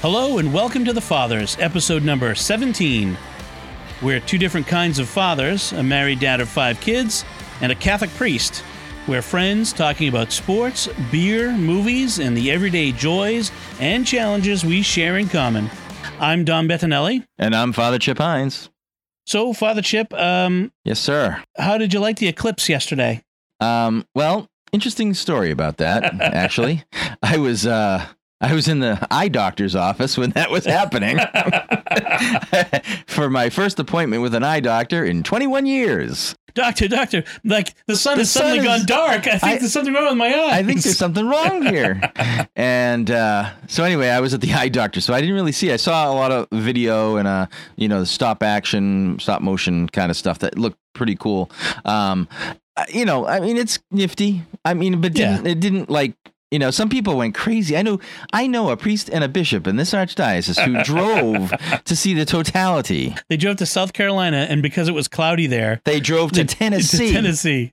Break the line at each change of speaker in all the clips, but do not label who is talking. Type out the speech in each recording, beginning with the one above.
Hello and welcome to The Fathers, episode number 17. We're two different kinds of fathers a married dad of five kids and a Catholic priest. We're friends talking about sports, beer, movies, and the everyday joys and challenges we share in common. I'm Don Bettinelli.
And I'm Father Chip Hines.
So, Father Chip, um,
Yes, sir.
how did you like the eclipse yesterday?
Um, well, interesting story about that, actually. I was uh I was in the eye doctor's office when that was happening for my first appointment with an eye doctor in 21 years.
Doctor, doctor, like the sun
The
has suddenly
sun
gone
is-
dark. I think
I-
there's something wrong with my eyes.
I think there's something wrong here. And uh, so anyway, I was at the eye doctor, so I didn't really see. I saw a lot of video and uh, you know, stop action, stop motion kind of stuff that looked pretty cool. Um, I- you know, I mean, it's nifty. I mean, but
Yeah.
didn't, it didn't like. You know, some people went crazy. I know, I know a priest and a bishop in this archdiocese who drove to see the totality.
they drove to South Carolina, and because it was cloudy there,
They drove to Tennessee.
to Tennessee.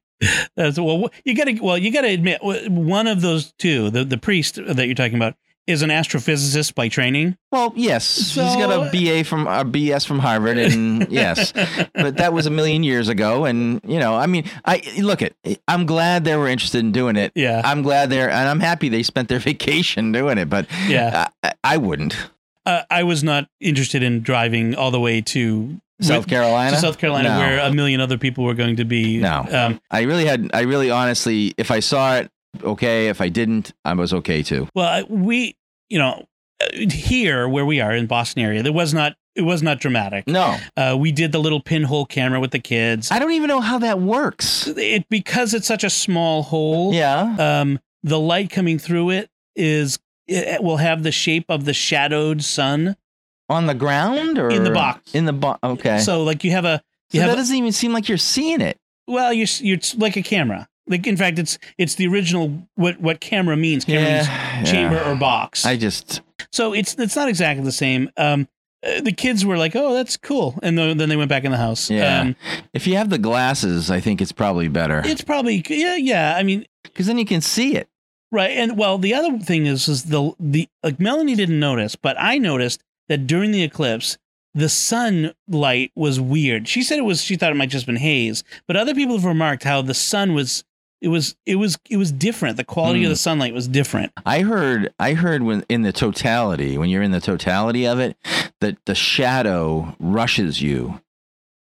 That's, well, wh- you got to well, you got to admit wh- one of those two, the the priest that you're talking about, is an astrophysicist by training.
Well, yes, he's got
So-
a BA from a BS from Harvard, and yes, but that was a million years ago, and you know, I mean, I look at, I'm glad they were interested in doing it.
Yeah.
I'm glad they're, and I'm happy they spent their vacation doing it, but
Yeah,
I, I wouldn't.
uh, I was not interested in driving all the way to
South
with-
Carolina,
to South Carolina,
No.
where a million other people were going to be.
No.
Um,
I really had, I really honestly, if I saw it, okay. If I didn't, I was okay too.
well, I- we, you know, uh, here where we are in Boston area, there was not it was not dramatic.
No,
Uh, we did the little pinhole camera with the kids.
Mm. I don't even know how that works.
it because it's such a small hole.
Yeah,
um, the light coming through it is it will have the shape of the shadowed sun.
on the ground or
In the box.
In the box. Okay. So,
So like you have a you have
that
a-
doesn't even seem like you're seeing it.
well you're s- you're it's like a camera. Like in fact it's it's the original what what camera means. Camera means chamber or box.
I just
so it's it's not exactly the same. Um, uh, the kids were like, "Oh, that's cool," and th- then they went back in the house.
Yeah.
Um,
if you have the glasses, I think it's probably better
it's probably yeah yeah. I mean
because then you can see it.
Right, and well, the other thing is, is the the like Melanie didn't notice, but I noticed that during the eclipse, the sunlight was weird. She said it was she thought it might just been haze, but other people have remarked how the sun was it was it was it was different. The quality of
Hmm.
the sunlight was different.
I heard I heard when in the totality when you're in the totality of it that the shadow rushes you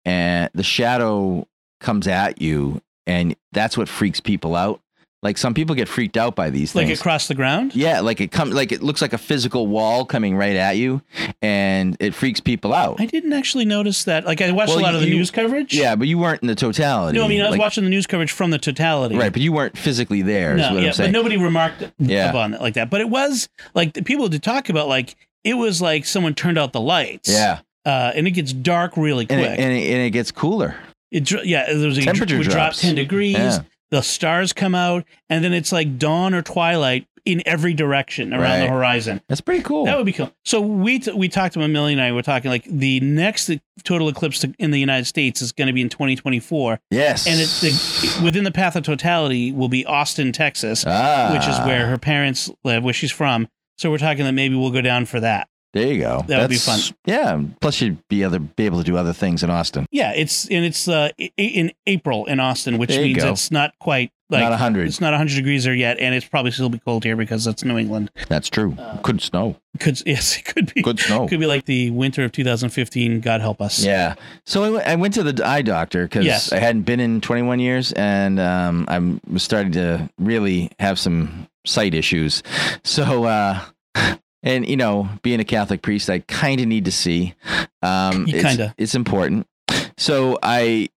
and the shadow comes at you and that's what freaks people out. Like some people get freaked out by these
Like
things.
across the ground,
yeah, like it comes like it looks like a physical wall coming right at you and it freaks people out.
I didn't actually notice that. Like I watched
Well,
a lot of the
you-
news coverage.
yeah, but you weren't in the totality.
no, I mean I was
Like-
watching the news coverage from the totality.
Right, but you weren't physically there. Is
No,
what
yeah,
I'm saying.
but nobody remarked
Yeah.
upon it like that. But it was like the people did talk about like it was like someone turned out the lights.
yeah,
uh, and it gets dark really quick.
and
It,
it, and, it, and it gets cooler.
dr- yeah, there was a
Temperature
it would drop
drops.
ten degrees.
Yeah.
The stars come out, and then it's like dawn or twilight in every direction around the
Right.
horizon.
That's pretty cool.
That would be cool. So we t- we talked to Amelia and I were talking like the next total eclipse to- in the United States is going to be in 2024,
yes,
and it's the, within the path of totality will be Austin, Texas,
ah,
which is where her parents live, where she's from. So we're talking that maybe we'll go down for that.
there you go.
That would be
That's- Yeah. Plus, you'd be other be able to do other things in Austin.
Yeah, it's and it's uh, i- in April in Austin, which
There you
means
go.
it's not quite like
Not a hundred.
it's not 100 degrees there yet, and it's probably still be cold here because that's New England.
That's true.
Uh,
Could snow.
Could yes, it could be
Could snow.
could be like the winter of 2015. God help us.
Yeah. So I went- I went to the eye doctor because
Yes.
I hadn't been in 21 years, and um, I'm was starting to really have some sight issues. So, uh, and you know, being a Catholic priest, I kind of need to see. Um,
You
it's-
kinda.
It's important. So I,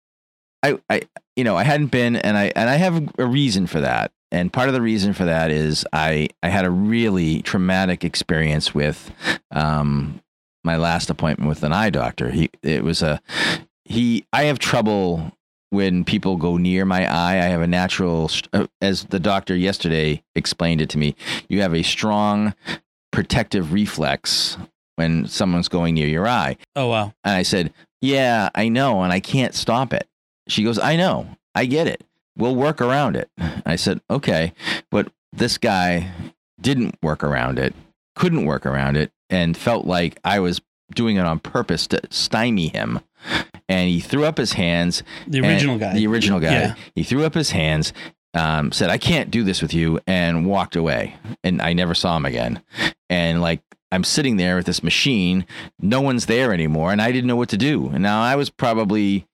I, I, you know, I hadn't been, and I and I have a reason for that. And part of the reason for that is I I had a really traumatic experience with um, my last appointment with an eye doctor. He it was a he I have trouble when people go near my eye. I have a natural st- uh, as the doctor yesterday explained it to me. You have a strong protective reflex when someone's going near your eye.
Oh wow.
And I said, "Yeah, I know and I can't stop it." She goes, "I know. I get it. We'll work around it." I said, "Okay." But this guy didn't work around it couldn't work around it and felt like I was doing it on purpose to stymie him. And he threw up his hands.
The
and-
original guy.
The original guy.
Yeah.
He threw up his hands, um, said, I can't do this with you, and walked away. And I never saw him again. And like, I'm sitting there with this machine. No one's there anymore. And I didn't know what to do. And now I was probably,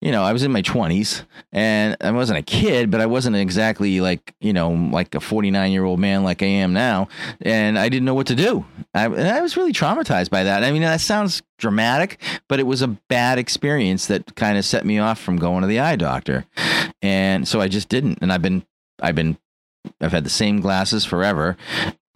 you know, I was in my 20s and I wasn't a kid, but I wasn't exactly like, you know, like a 49 year old man like I am now. And I didn't know what to do. I, and I was really traumatized by that. I mean, that sounds dramatic, but it was a bad experience that kind of set me off from going to the eye doctor. And so I just didn't. And I've been, I've been, I've had the same glasses forever.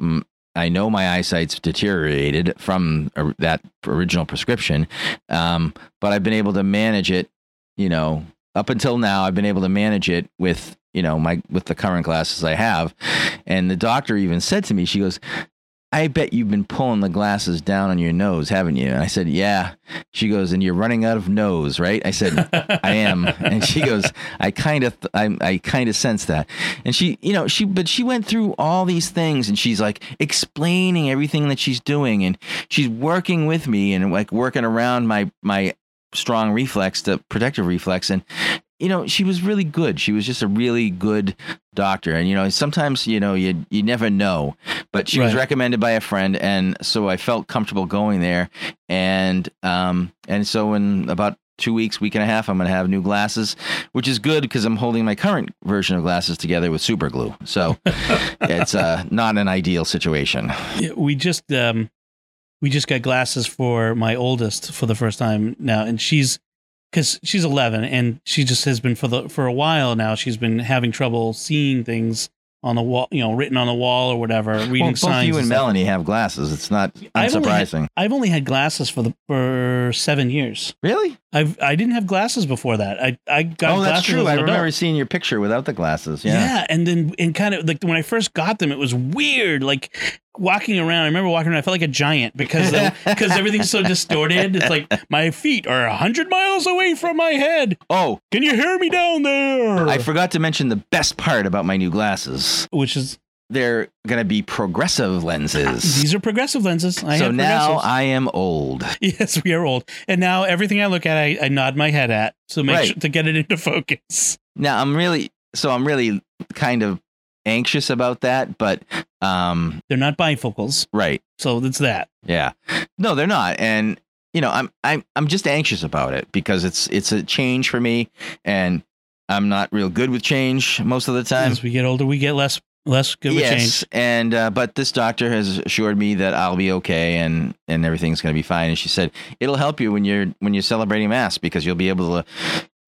Mm, I know my eyesight's deteriorated from or- that original prescription, um, but I've been able to manage it. You know, up until now, I've been able to manage it with you know my with the current glasses I have. And the doctor even said to me, she goes, I bet you've been pulling the glasses down on your nose, haven't you? And I said, Yeah. She goes, And you're running out of nose, right? I said, I am. And she goes, I kind of, I, I kind of sense that. And she, you know, she, but she went through all these things and she's like explaining everything that she's doing and she's working with me and like working around my, my strong reflex, the protective reflex. And, you know, she was really good. She was just a really good doctor. And, you know, sometimes, you know, you, you never know, but she was
Right.
recommended by a friend. And so I felt comfortable going there. And, um, and so in about two weeks, week and a half, I'm going to have new glasses, which is good because I'm holding my current version of glasses together with super glue. So it's, uh, not an ideal situation.
Yeah, we just um we just got glasses for my oldest for the first time now and she's because she's 11 and she just has been for the for a while now she's been having trouble seeing things on the wall you know written on the wall or whatever reading
Well, both
signs
you and
stuff.
Melanie have glasses. It's not
I've only had-
unsurprising.
i've only had glasses for the for seven years
Really?
i've i didn't have glasses before that i i got
Oh, that's
glasses as
true.
an
I
adult.
remember seeing your picture without the glasses.
Yeah.
Yeah.
and then and kind of like when I first got them, it was weird. Like walking around, I remember walking around. I felt like a giant because because everything's so distorted. It's like my feet are a hundred miles away from my head.
Oh,
Can you hear me down there?
I forgot to mention the best part about my new glasses.
Which is
They're going to be progressive lenses.
these are progressive lenses. I
so
have
now
progressives.
I am old.
yes, we are old, and now everything I look at, I, I nod my head at to make
Right.
sure, to get it into focus.
Now I'm really so I'm really kind of anxious about that, but um
They're not bifocals,
right.
so it's that.
Yeah. No, they're not. And you know, I'm I'm I'm just anxious about it because it's it's a change for me and I'm not real good with change most of the time.
As we get older, we get less less good with change.
yes, and uh, but this doctor has assured me that I'll be okay and and everything's going to be fine. And she said it'll help you when you're when you're celebrating mass because you'll be able to,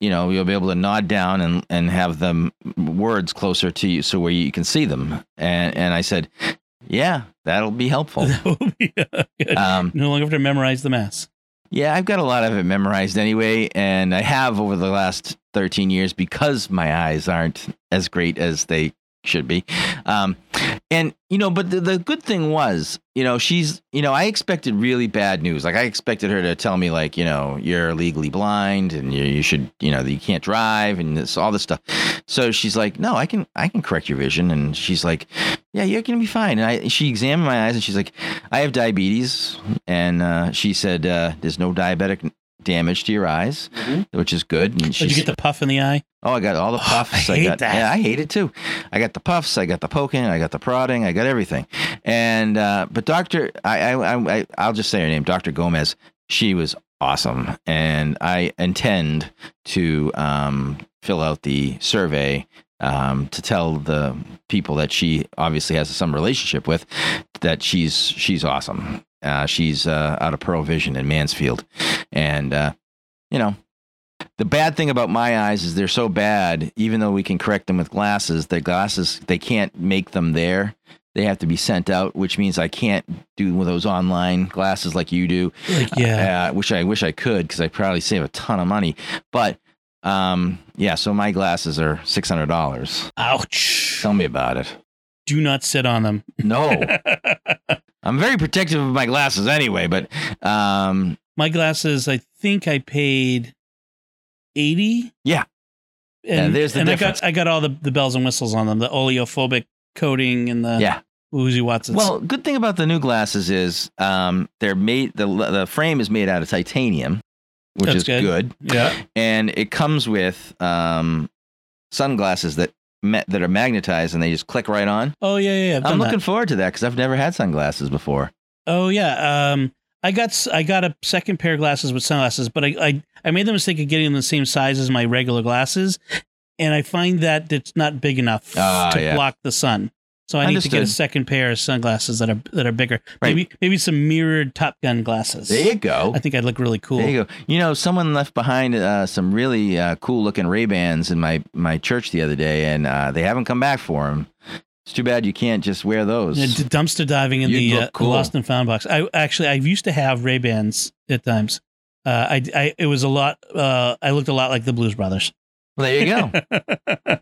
you know, you'll be able to nod down and and have them words closer to you so where you can see them. And and I said, yeah, that'll be helpful.
That will be uh, good.
Um,
no longer have to memorize the mass.
yeah, I've got a lot of it memorized anyway, and I have over the last 13 years because my eyes aren't as great as they should be. Um, and, you know, but the, the good thing was, you know, she's, you know, I expected really bad news. Like, I expected her to tell me, like, you know, you're legally blind and you, you should, you know, that you can't drive and this, all this stuff. So she's like, no, I can, I can correct your vision. And she's like, yeah, you're going to be fine. And I, she examined my eyes and she's like, I have diabetes and uh, she said uh, there's no diabetic damage to your eyes, which is good. And
Did
she
Mm-hmm. you get the puff in the eye?
oh, I got all the
Oh,
puffs.
I
I,
hate
got
that.
yeah, I hate it too. I got the puffs. I got the poking. I got the prodding. I got everything. And uh, but Doctor, I, I I I I'll just say her name, Doctor Gomez. She was awesome, and I intend to um, fill out the survey. Um, to tell the people that she obviously has some relationship with that she's she's awesome. Uh, she's uh, out of Pearl Vision in Mansfield, and uh, you know the bad thing about my eyes is they're so bad. Even though we can correct them with glasses, the glasses they can't make them there. They have to be sent out, which means I can't do one of those online glasses like you do
Like, yeah.
uh, which I wish I could because I probably save a ton of money. But um, yeah, so my glasses are six hundred dollars.
Ouch.
Tell me about it.
Do not sit on them.
No, I'm very protective of my glasses anyway. But um,
My glasses, I think I paid 80.
Yeah.
And,
Yeah, there's the
and
difference.
I got I got all the, the bells and whistles on them, the oleophobic coating and the
yeah,
Uzi Watson's.
Well, good thing about the new glasses is um, they're made. The the frame is made out of titanium, which
That's
is
good.
good.
yeah,
and it comes with um, sunglasses that ma- that are magnetized and they just click right on.
oh yeah, yeah. yeah. I've
i am
done that.
looking forward to that because I've never had sunglasses before.
Oh yeah. Um, I got s- I got a second pair of glasses with sunglasses, but I, I I made the mistake of getting them the same size as my regular glasses, and I find that it's not big enough
Ah,
to
yeah.
block the sun. So I need to get a
Understood.
second pair of sunglasses that are that are bigger.
Right.
Maybe maybe some mirrored Top Gun glasses.
There you go.
I think I'd look really cool.
There you go. You know, someone left behind uh, some really uh, cool looking Ray Bans in my my church the other day, and uh, they haven't come back for them. It's too bad you can't just wear those.
Yeah, d- dumpster diving in
You'd
the
look
uh,
cool.
lost and found box. I actually I used to have Ray Bans at times. Uh, I, I it was a lot. Uh, I looked a lot like the Blues Brothers.
Well, there you go.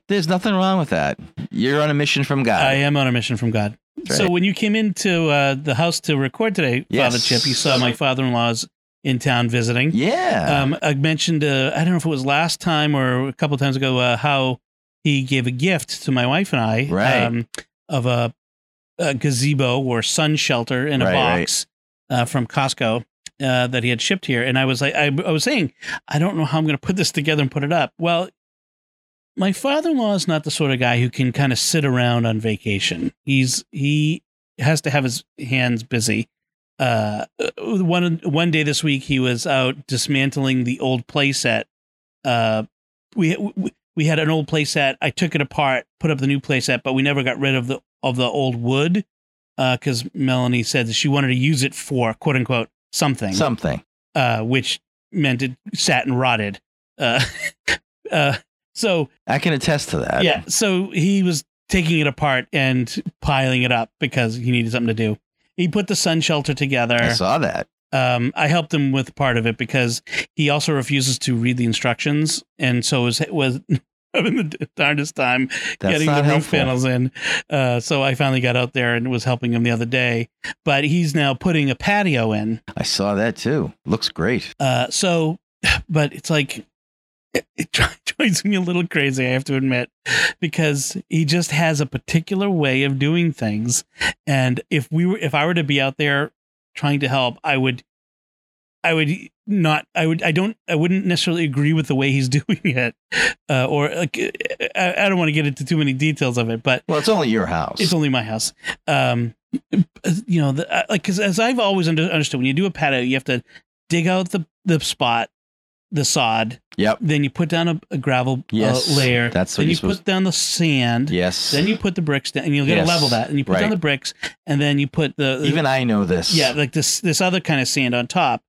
There's nothing wrong with that. You're on a mission from God.
I am on a mission from God.
That's
So
right.
when you came into uh, the house to record today,
Yes.
Father Chip, you saw my father-in-law's in town visiting.
yeah.
Um, I mentioned uh, I don't know if it was last time or a couple of times ago uh, how he gave a gift to my wife and I
Right.
um, of a, a gazebo or sun shelter in a
Right, right.
box Uh, from Costco. Uh, that he had shipped here, and I was like, I, I was saying, I don't know how I'm going to put this together and put it up. Well, my father-in-law is not the sort of guy who can kind of sit around on vacation. He's he has to have his hands busy. Uh, one one day this week he was out dismantling the old playset. Uh, we we- we had an old playset. I took it apart, put up the new playset, but we never got rid of the of the old wood because Melanie said that she wanted to use it for quote unquote something
Something.
uh, which meant it sat and rotted. Uh, uh, so
I can attest to that.
yeah, so he was taking it apart and piling it up because he needed something to do. He put the sun shelter together.
I saw that.
Um, I helped him with part of it because he also refuses to read the instructions, and so was was having the darndest time
That's
getting
not
the roof
helpful.
panels in. Uh, so I finally got out there and was helping him the other day. But he's now putting a patio in,
I saw that too. Looks great.
uh, so, but it's like it, it dri- drives me a little crazy. I have to admit, because he just has a particular way of doing things, and if we were, if I were to be out there trying to help, I would, I would not, I would, I don't, I wouldn't necessarily agree with the way he's doing it, uh, or like, I, I don't want to get into too many details of it, but
Well, it's only your house.
it's only my house. Um, you know, the, uh, like because as I've always under, understood, when you do a patio, you have to dig out the the spot, the sod.
Yep.
Then you put down a, a gravel
Yes,
uh, layer.
that's what
then
you're
you
supposed-
put down the sand.
yes.
Then you put the bricks down, and you'll get to
Yes,
level that. And you put down
right.
the bricks, and then you put the
Even I know this.
yeah, like this this other kind of sand on top.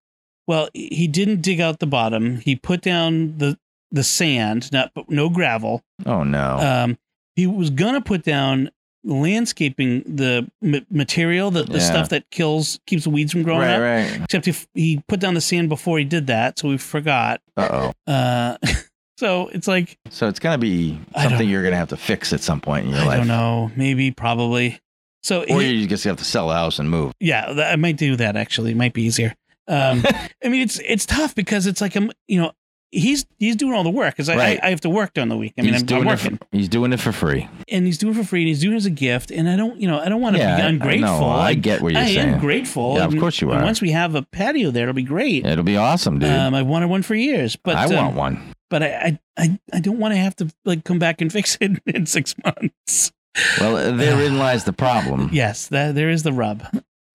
Well, he didn't dig out the bottom. He put down the the sand, not no gravel.
Oh no.
Um, he was gonna put down landscaping the ma- material, the, the
Yeah.
stuff that kills keeps the weeds from growing
right.
up.
Right.
Except he, f- he put down the sand before he did that, so we forgot.
Uh oh.
Uh, so it's like
So it's gonna be
I don't-
something you're gonna have to fix at some point in your
I
life.
don't know, maybe probably. So
Or
he-
you just have to sell the house and move.
yeah, th- I might do that actually. It might be easier. Um, I mean, it's it's tough because it's like I'm, you know, he's he's doing all the work because I,
Right.
I I have to work during the week. I mean,
he's
I'm,
doing
I'm
it.
working
For, he's doing it for free.
and he's doing it for free and he's doing it as a gift. And I don't, you know, I don't want to
yeah.
be
I-
ungrateful.
I, know. I get what you're
I
saying.
am grateful.
Yeah, of
and-
course you
And
are.
once we have a patio there, it'll be great.
It'll be awesome, dude.
um, I wanted one for years, but
I
um,
want one.
But I, I, I, I don't want to have to like come back and fix it in six months.
Well, uh, therein lies the problem.
Yes, that there is the rub.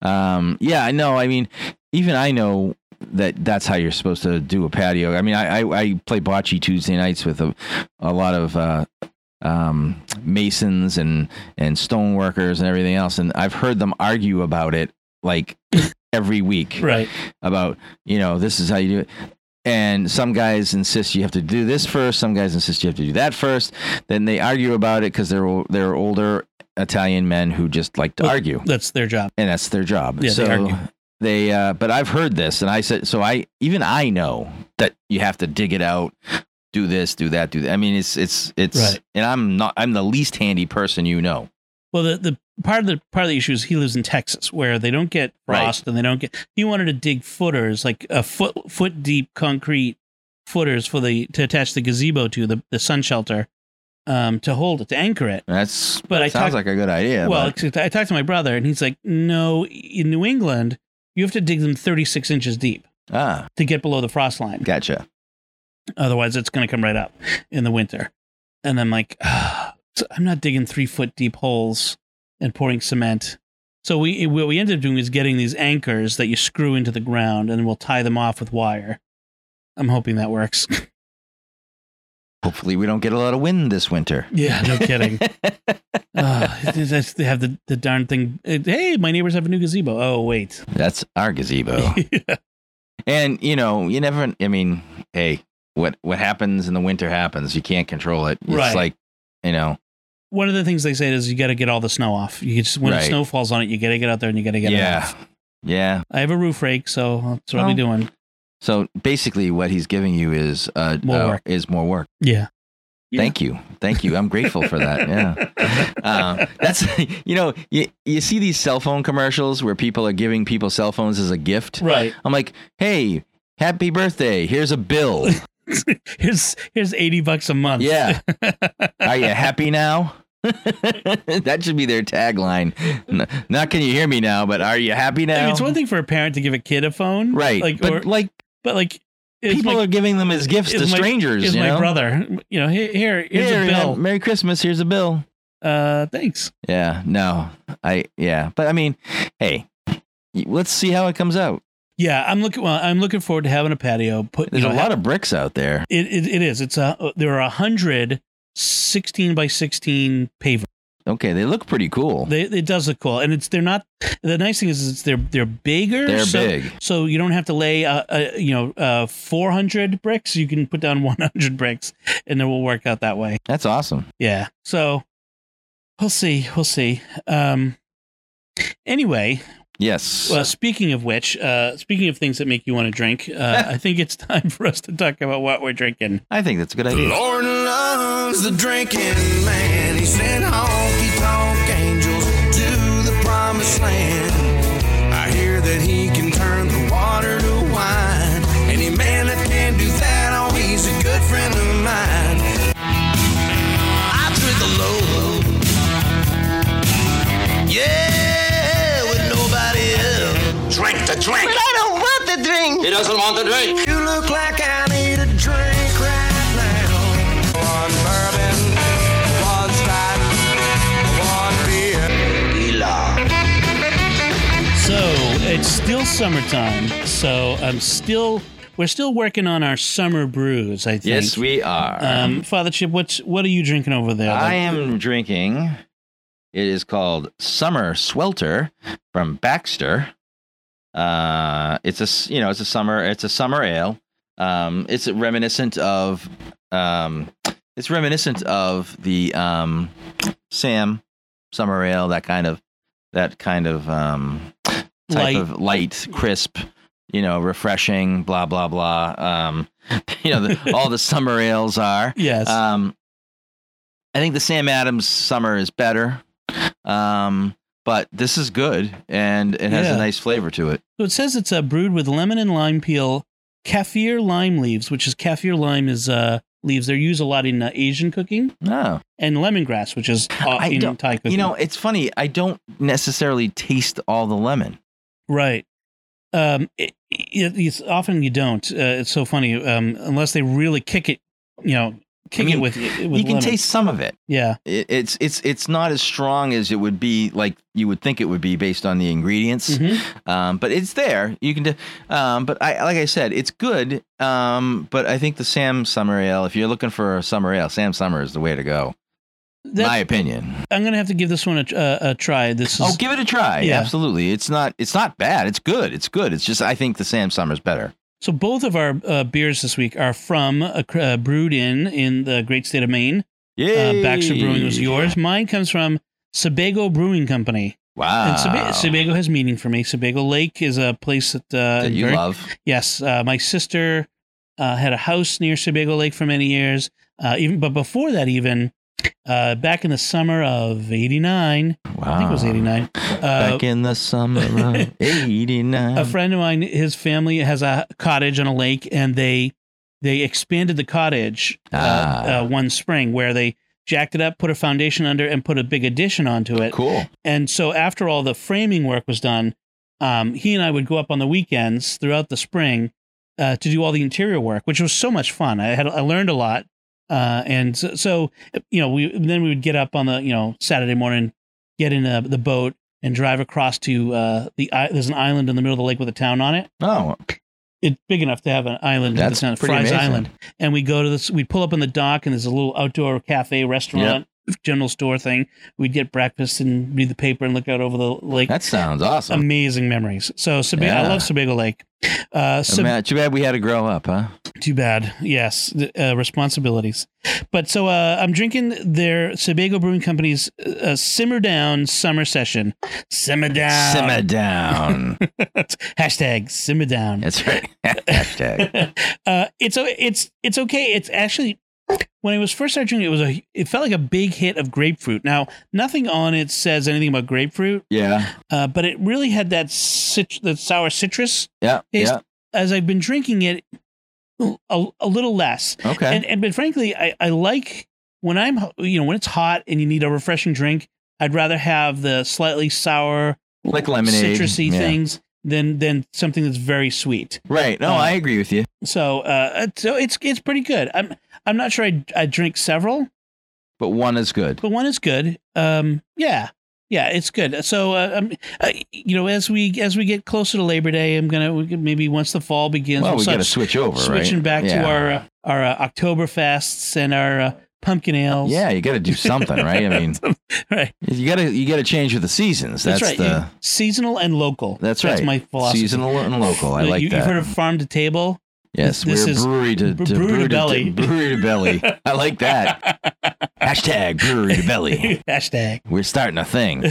Um, yeah, I know. I mean, even I know that that's how you're supposed to do a patio. I mean, I I, I play bocce Tuesday nights with a, a lot of uh, um, masons and and stone workers and everything else, and I've heard them argue about it like every week
Right.
about you know this is how you do it. And some guys insist you have to do this first. Some guys insist you have to do that first. Then they argue about it because they're o- they're older Italian men who just like to
Well,
argue
That's their job.
and that's their job.
Yeah, they
so
argue.
they, uh, but I've heard this, and I said, so I even I know that you have to dig it out, do this, do that, do that. I mean, it's it's it's,
Right.
and I'm not I'm the least handy person you know.
Well, the, the part of the part of the issue is he lives in Texas, where they don't get
Right.
frost and they don't get. He wanted to dig footers, like a foot foot deep concrete footers for the to attach the gazebo to the the sun shelter, um, to hold it, to anchor it.
That's
But I
sounds
talked,
like a good idea.
well,
but-
except I talked to my brother, and he's like, "No, in New England, you have to dig them 36 inches deep
ah,
to get below the frost line.
gotcha.
Otherwise, it's going to come right up in the winter." And I'm like, "Ah, so "I'm not digging three foot deep holes and pouring cement." So we what we ended up doing is getting these anchors that you screw into the ground, and we'll tie them off with wire. I'm hoping that works.
Hopefully, we don't get a lot of wind this winter.
yeah, no kidding. uh, they have the, the darn thing. uh, Hey, my neighbors have a new gazebo. Oh, wait.
That's our gazebo.
Yeah.
and you know, you never. I mean, hey, what what happens in the winter happens. You can't control it. It's
Right.
like you know.
One of the things they say is you got to get all the snow off. You just when
Right.
the snow falls on it, you got to get out there and you got to get it
yeah,
off.
yeah.
I have a roof rake, so that's what I'll be
Well.
doing.
So basically, what he's giving you is uh,
More
uh,
work.
is more work.
Yeah. Yeah.
Thank you, thank you. I'm grateful for that. Yeah, uh, that's you know you you see these cell phone commercials where people are giving people cell phones as a gift.
right.
I'm like, hey, happy birthday. Here's a bill.
here's here's eighty bucks a month.
Yeah. Are you happy now? that should be their tagline. N- Not can you hear me now, but are you happy
I
now?
mean, it's one thing for a parent to give a kid a phone,
right,
Like,
but
or,
like
but like it's
people
my,
are giving them as gifts
it's
to
my-
strangers.
it's
you
my
know?
brother. You know, here, here here's
Here,
a
yeah,
bill.
Merry Christmas. Here's a bill.
Uh, thanks.
Yeah, no, I yeah, but I mean, hey, y- let's see how it comes out.
Yeah, I'm looking. Well, I'm looking forward to having a patio. Put
There's
you
a
know,
lot of bricks out there.
It, it, it is. It's a there are a hundred sixteen by sixteen pavers.
Okay, they look pretty cool.
They, it does look cool, and it's they're not. The nice thing is, it's they're they're bigger.
They're
so,
big.
So you don't have to lay uh, uh you know uh four hundred bricks. You can put down one hundred bricks, and it will work out that way.
That's awesome.
Yeah. So we'll see. We'll see. Um. Anyway,
Yes.
Well, speaking of which, uh, speaking of things that make you want to drink, uh, I think it's time for us to talk about what we're drinking.
I think that's a good idea.
Lord loves the drinking man. He sent honky tonk angels to the promised land. I hear that he can turn the water to wine. Any man that can do that, oh, he's a good friend of mine. I drink a low, yeah, with nobody else. Drink the drink.
But I don't want the drink.
He doesn't want the drink. You look like I need a drink right now. One bourbon, one shot, one beer.
So it's still summertime, so I'm still we're still working on our summer brews. I think.
Yes, we are.
Um, Father Chip, what's what are you drinking over there?
I
Like-
am drinking. It is called Summer Swelter from Baxter. Uh, it's a s- you know it's a summer it's a summer ale. Um, it's reminiscent of um, it's reminiscent of the um, Sam summer ale that kind of that kind of um, type
Light.
of light crisp. You know, refreshing, blah blah blah. Um, you know, the, all the summer ales are.
yes.
Um, I think the Sam Adams summer is better, um, but this is good and it has
Yeah.
a nice flavor to it.
so it says it's uh, brewed with lemon and lime peel, kaffir lime leaves, which is kaffir lime is uh, leaves. They're used a lot in uh, Asian cooking,
No,
and lemongrass, which is uh,
I
in
don't-
Thai cooking.
you know, it's funny. I don't necessarily taste all the lemon.
Right. Um, it, it, it's often you don't. Uh, it's so funny. Um, unless they really kick it, you know, kick
mean,
it with, with
you can
lemon.
taste some of it.
Yeah.
it. It's it's it's not as strong as it would be, like you would think it would be based on the ingredients.
Mhm.
Um, but it's there. You can. Do, um, but I like I said, it's good. Um, but I think the Sam Summer Ale, if you're looking for a summer ale, Sam Summer is the way to go.
That-
my opinion.
I'm gonna have to give this one a, uh, a, a try. This is
Oh, give it a try.
Yeah.
Absolutely. It's not it's not bad. It's good. It's good. It's just I think the Sam Summer's better.
so. Both of our uh, beers this week are from a, cr- uh, brewed in in the great state of Maine.
Yeah.
Uh, Baxter Brewing was yours. Mine comes from Sebago Brewing Company,
Wow.
and
Ah.
Sebe- Sebago has meaning for me. Sebago Lake is a place that, uh,
that you
very-
love.
Yes, uh, my sister uh, had a house near Sebago Lake for many years. Uh, even but before that, even uh, back in the summer of '89,
Wow.
I think it was '89. Uh,
Ah. Back in the summer of 89.
a friend of mine, his family has a cottage on a lake, and they they expanded the cottage uh,
Ah.
uh, one spring where they jacked it up, put a foundation under, and put a big addition onto it.
Cool.
And so after all the framing work was done, um, he and I would go up on the weekends throughout the spring uh, to do all the interior work, which was so much fun. I had I learned a lot, uh, and so, so you know we then we would get up on the you know Saturday morning, get in uh the boat and drive across to uh, the i- there's an island in the middle of the lake with a town on it.
Oh,
It's big enough to have an island. with a
that's
town,
pretty
Fry's
amazing.
Island and we go to this we pull up on the dock and there's a little outdoor cafe restaurant general store thing we'd get breakfast and read the paper and look out over the lake
That sounds
Um,
awesome.
amazing memories so Sebago, i
Yeah. Oh,
love sebago lake uh Seb-
Ima- too bad we had to grow up, huh?
too bad yes th- uh, responsibilities but so uh i'm drinking their sebago brewing company's uh, simmer down summer session simmer down
Simmer down.
hashtag simmer down
That's right. Hashtag.
uh, it's o- it's it's okay. It's actually when I was first started drinking, it was a it felt like a big hit of grapefruit. Now nothing on it says anything about grapefruit,
Yeah.
uh, but it really had that cit- that sour citrus.
Yeah.
Taste-
Yeah.
As I've been drinking it, a, a little less.
Okay.
And, and but frankly, I, I like when I'm you know when it's hot and you need a refreshing drink. I'd rather have the slightly sour,
Like lemonade.
citrusy
Yeah.
things than than something that's very sweet.
Right. No,
Uh,
I agree with you.
So, uh, so it's it's pretty good. I'm I'm not sure I I drink several,
But one is good.
but one is good. Um, yeah, yeah, it's good. So, uh, um, uh, you know, as we as we get closer to Labor Day, I'm gonna we could maybe once the fall begins,
Well,
we'll
we got
start
to switch over, right?
switching back
Yeah.
to our uh, our uh, Oktoberfests and our uh, pumpkin ales.
Yeah, you got to do something, right? I mean,
right.
you got to you got to change with the seasons. That's,
That's, right.
the
Seasonal and local.
That's
That's
right.
my philosophy.
seasonal and local. I
You-
like
you,
that.
You've heard of farm to table.
yes,
this
we're
is
brewery to,
bre-
to
brewery to
brew
belly.
brewery to belly. I like that. Hashtag brewery to belly.
Hashtag.
We're starting a thing.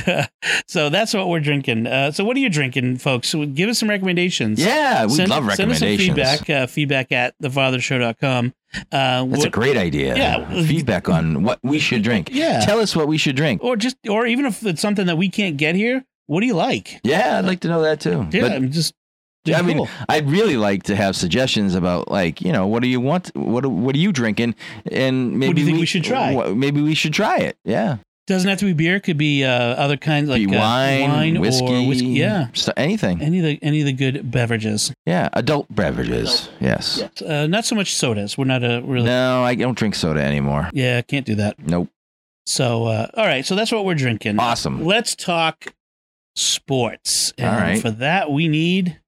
so that's what we're drinking. Uh, so what are you drinking, folks? So give us some recommendations.
Yeah, we
Send-
love recommendations.
Send us some feedback. Uh, feedback at thefathershow.com. Uh,
That's
what,
a great idea.
Yeah.
Feedback on what we should drink.
Yeah.
Tell us what we should drink.
or just, or even if it's something that we can't get here, what do you like?
Yeah, I'd like to know that too.
Yeah,
But
I'm just.
Yeah, I mean,
cool.
I'd really like to have suggestions about like you know what do you want what are- what are you drinking and maybe
think we should try?
wha- maybe we should try it. Yeah,
doesn't have to be beer. Could be uh, other kinds like
be
uh,
wine, whiskey,
or whiskey. Yeah,
st- anything.
any of the any of the good beverages.
Yeah, adult beverages. Yes.
Uh, not so much sodas. We're not a really.
No, I don't drink soda anymore.
Yeah, can't do that.
Nope.
So, uh, all right. So that's what we're drinking.
Awesome.
Let's talk sports. And
All right.
For that, we need.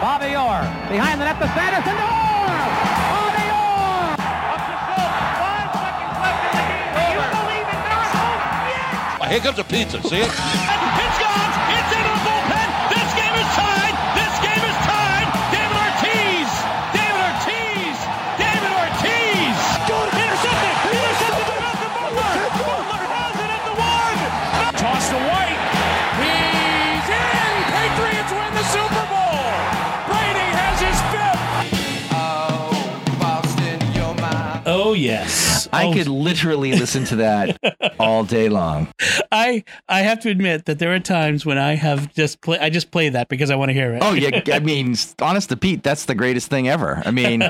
Bobby Orr behind the net to Sanderson. Orr! Bobby Orr!
Here comes a pizza, see it?
It's gone. It's into the bullpen. This game is tied. This game is tied. David Ortiz. David Ortiz. David Ortiz. Good intercepted. Intercepted by Malcolm Butler. Butler has it at the one. Toss to White. He's in. Patriots win the Super Bowl. Brady has his fifth.
Oh yes,
I
Oh,
could literally listen to that all day long.
I I have to admit that there are times when I have just play. I just play that because I want to hear it.
Oh yeah, I mean, honest to Pete, that's the greatest thing ever. I mean,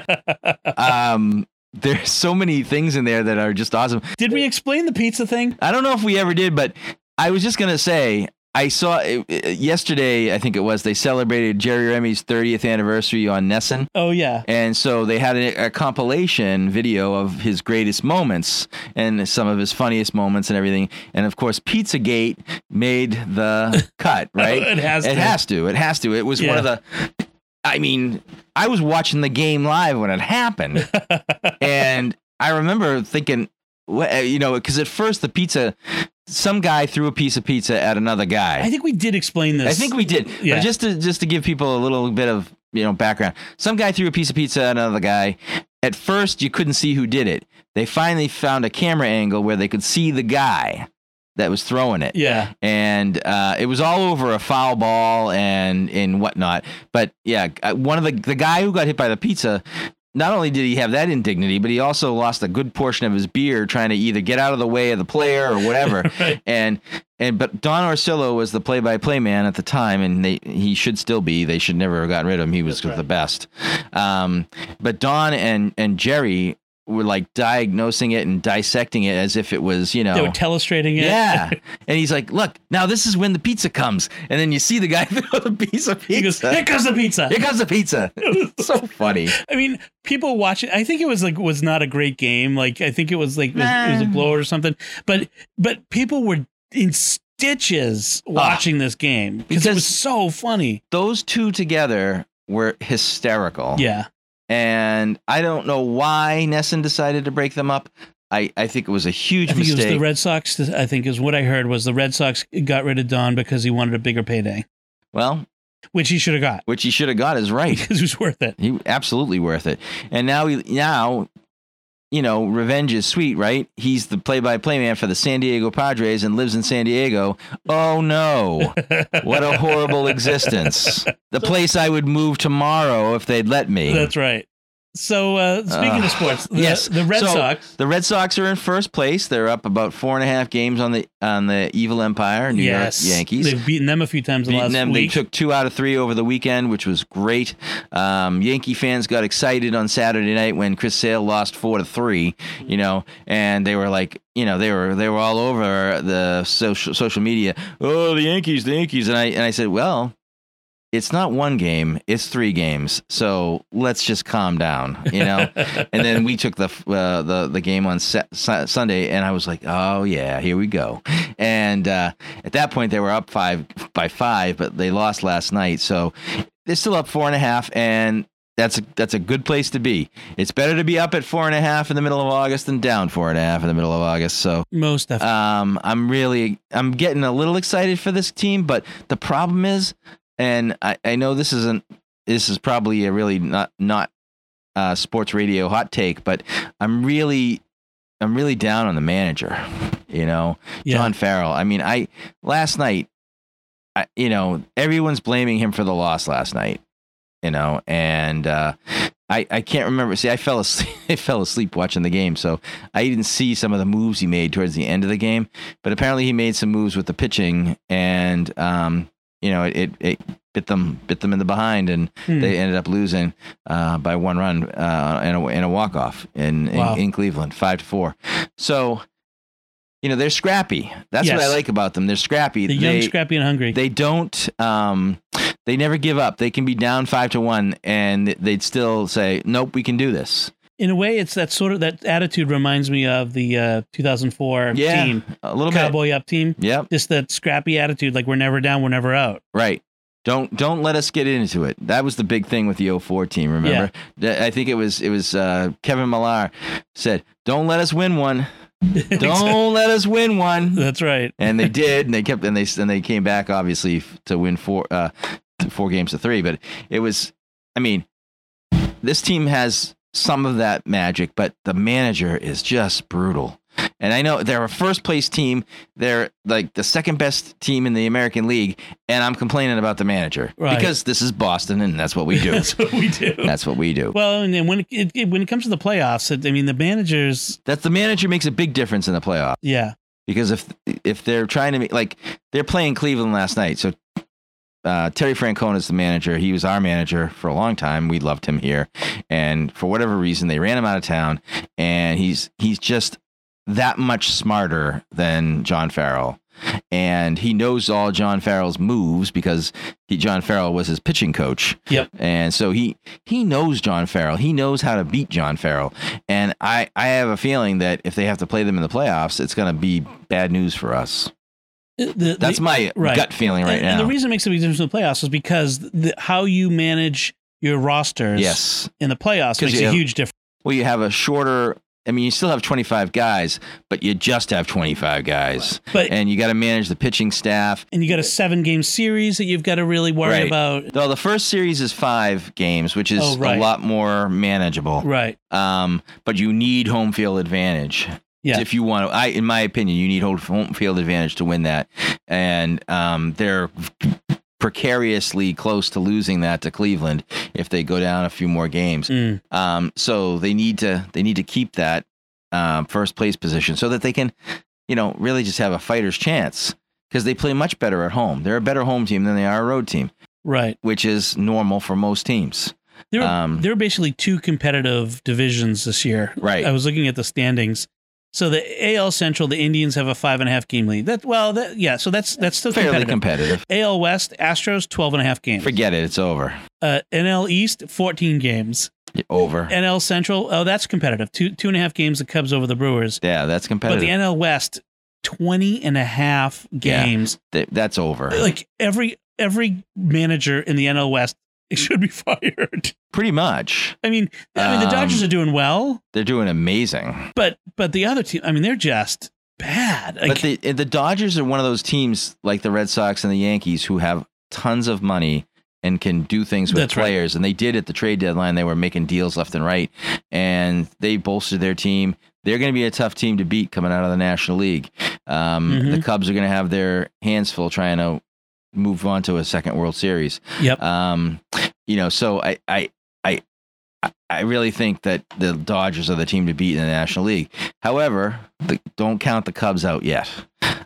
um, there's so many things in there that are just awesome.
Did we explain the pizza thing?
I don't know if we ever did, but I was just gonna say I saw uh, yesterday. I think it was they celebrated Jerry Remy's 30th anniversary on Nessun,
Oh yeah.
and so they had a, a compilation video of his greatest moments and some of his funniest moments and everything. And of course, PizzaGate made the cut. Right?
It has
It
to.
has to. It has to. It was one of the. I mean, I was watching the game live when it happened, and I remember thinking, wha- you know, because at first the pizza, some guy threw a piece of pizza at another guy.
I think we did explain this.
I think we did. But
Yeah.
just to just to give people a little bit of you know background, some guy threw a piece of pizza at another guy. At first, you couldn't see who did it. They finally found a camera angle where they could see the guy that was throwing it,
Yeah.
and uh, it was all over a foul ball and and whatnot. But yeah, uh, one of the the guy who got hit by the pizza. Not only did he have that indignity, but he also lost a good portion of his beer trying to either get out of the way of the player or whatever.
Right.
And And but Don Orsillo was the play-by-play man at the time, and they he should still be. They should never have gotten rid of him. He was the best. Um, but Don and and Jerry were like diagnosing it and dissecting it as if it was you know
They were telestrating it.
yeah. and he's like, look, now this is when the pizza comes. And then you see the guy throw the piece of
He goes,
pizza.
here comes the pizza.
Here comes the pizza. so funny.
I mean, people watch it. I think it was like was not a great game. Like I think it was like it was, it was a
Nah.
blowout or something. But but people were in stitches watching this game because it was
Ah. Because-
so funny.
Those two together were hysterical.
Yeah,
And I don't know why Nesson decided to break them up. I, I think it was a huge
I think it was the
mistake.
Red Sox. I think is what I heard was the Red Sox got rid of Don because he wanted a bigger payday,
well,
which he should have got
which he should have got is right.
because it was worth it.
He absolutely worth it. And now he now, you know, revenge is sweet, right? He's the play-by-play man for the San Diego Padres and lives in San Diego. Oh no. What a horrible existence. The place I would move tomorrow if they'd let me.
That's right. So uh, speaking
Uh,
of sports, the,
yes.
the Red
So-
Sox.
the Red Sox are in first place. They're up about four and a half games on the on the Evil Empire, New
yes,
York Yankees.
They've beaten them a few times in the last
beaten them.
week.
They took two out of three over the weekend, which was great. Um, Yankee fans got excited on Saturday night when Chris Sale lost four to three.
Mm-hmm.
You know, and they were like, you know, they were they were all over the social social media. Oh, the Yankees, the Yankees, and I and I said, well. It's not one game; it's three games. So let's just calm down, you know. and then we took the uh, the the game on Sa- Su- Sunday, and I was like, "Oh yeah, here we go." And uh, at that point, they were up five by five, but they lost last night, so they're still up four and a half, and that's a, that's a good place to be. It's better to be up at four and a half in the middle of August than down four and a half in the middle of August. So
Most definitely.
um, I'm really I'm getting a little excited for this team, but the problem is, and I, I know this isn't this is probably a really not not uh, sports radio hot take, but I'm really I'm really down on the manager. You know,
Yeah.
John Farrell. I mean, I last night, I, you know, everyone's blaming him for the loss last night. You know, and uh, I I can't remember. See, I fell asleep. I fell asleep watching the game, so I didn't see some of the moves he made towards the end of the game. But apparently, he made some moves with the pitching, and um, you know, it, it it bit them bit them in the behind, and
Hmm.
they ended up losing uh, by one run uh, in a in a walk off in, in
Wow.
in Cleveland, five to four. So. You know they're scrappy. That's what I
Yes.
like about them. They're scrappy.
the young,
They-
scrappy, and hungry.
they don't um they never give up they can be down five to one and they'd still say nope we can do this
in a way, it's that sort of that attitude reminds me of the uh, 2004
yeah
team,
a little bit
Cowboy Up team.
yep
Just that scrappy attitude, like we're never down, we're never out.
right don't don't let us get into it that was the big thing with the 04 team remember Th- i think it was it was uh, kevin millar said don't let us win one don't let us win one
That's right.
and they did, and they kept, and they and they came back obviously f- to win four uh, four games to three. But it was, I mean, this team has some of that magic, but the manager is just brutal. And I know they're a first place team. They're like the second best team in the American League, and I'm complaining about the manager
Right.
because this is Boston, and that's what we do.
That's what we do.
that's what we do.
well, and then when it, it, when it comes to the playoffs, it, I mean, the managers,
That's the manager makes a big difference in the playoffs.
yeah,
because if if they're trying to make like they're playing Cleveland last night, so uh, Terry Francona is the manager. He was our manager for a long time. We loved him here, and for whatever reason, they ran him out of town, and he's he's just that much smarter than John Farrell. And he knows all John Farrell's moves because he, John Farrell was his pitching coach.
Yep.
And so he he knows John Farrell. He knows how to beat John Farrell. And I, I have a feeling that if they have to play them in the playoffs, it's going to be bad news for us.
The- the-
That's my
right.
gut feeling right
and,
now.
and the reason it makes a big difference in the playoffs is because the, how you manage your rosters
yes.
in the playoffs
'Cause
makes
you
a
have-
huge difference.
Well, you have a shorter. I mean, you still have 25 guys, but you just have 25 guys.
But and,
And you got to manage the pitching staff.
you got a seven game series that you've got to really worry
Right.
about.
Though the first series is five games, which is
Oh, right.
a lot more manageable.
Right.
Um, but you need home field advantage.
Yeah.
If you want to, I, in my opinion, you need home- home field advantage to win that. And um, they're precariously close to losing that to Cleveland if they go down a few more games.
Mm.
Um, so they need to they need to keep uh, that um, first place position so that they can, you know, really just have a fighter's chance. because they play much better at home. They're a better home team than they are a road team,
Right.
which is normal for most teams.
There were,
Um,
there were basically two competitive divisions this year.
Right.
I was looking at the standings. So the AL Central, the Indians have a five and a half game lead. That well, that, yeah. So that's that's still
Fairly
competitive.
competitive.
AL West, Astros, 12 and a half games.
Forget it. It's over.
Uh, NL East, 14 games.
Over.
NL Central, oh, that's competitive. Two two and a half games the Cubs over the Brewers.
Yeah, that's
But
competitive.
the NL West, 20 and a half
Yeah.
games.
Th- that's over.
Like every every manager in the NL West should be fired.
Pretty much.
I mean, I mean the Dodgers
Um,
are doing well,
They're doing amazing.
but but the other team, I mean, they're just bad. Like,
but the eh, the Dodgers are one of those teams like the Red Sox and the Yankees who have tons of money and can do things with
That's right.
players. And they did at the trade deadline. They were making deals left and right, and they bolstered their team. They're going to be a tough team to beat coming out of the National League. Um,
Mhm.
The Cubs are going to have their hands full trying to move on to a second World Series.
yep.
Um, you know, so I, I, I, I really think that the Dodgers are the team to beat in the National League. However, the, don't count the Cubs out yet.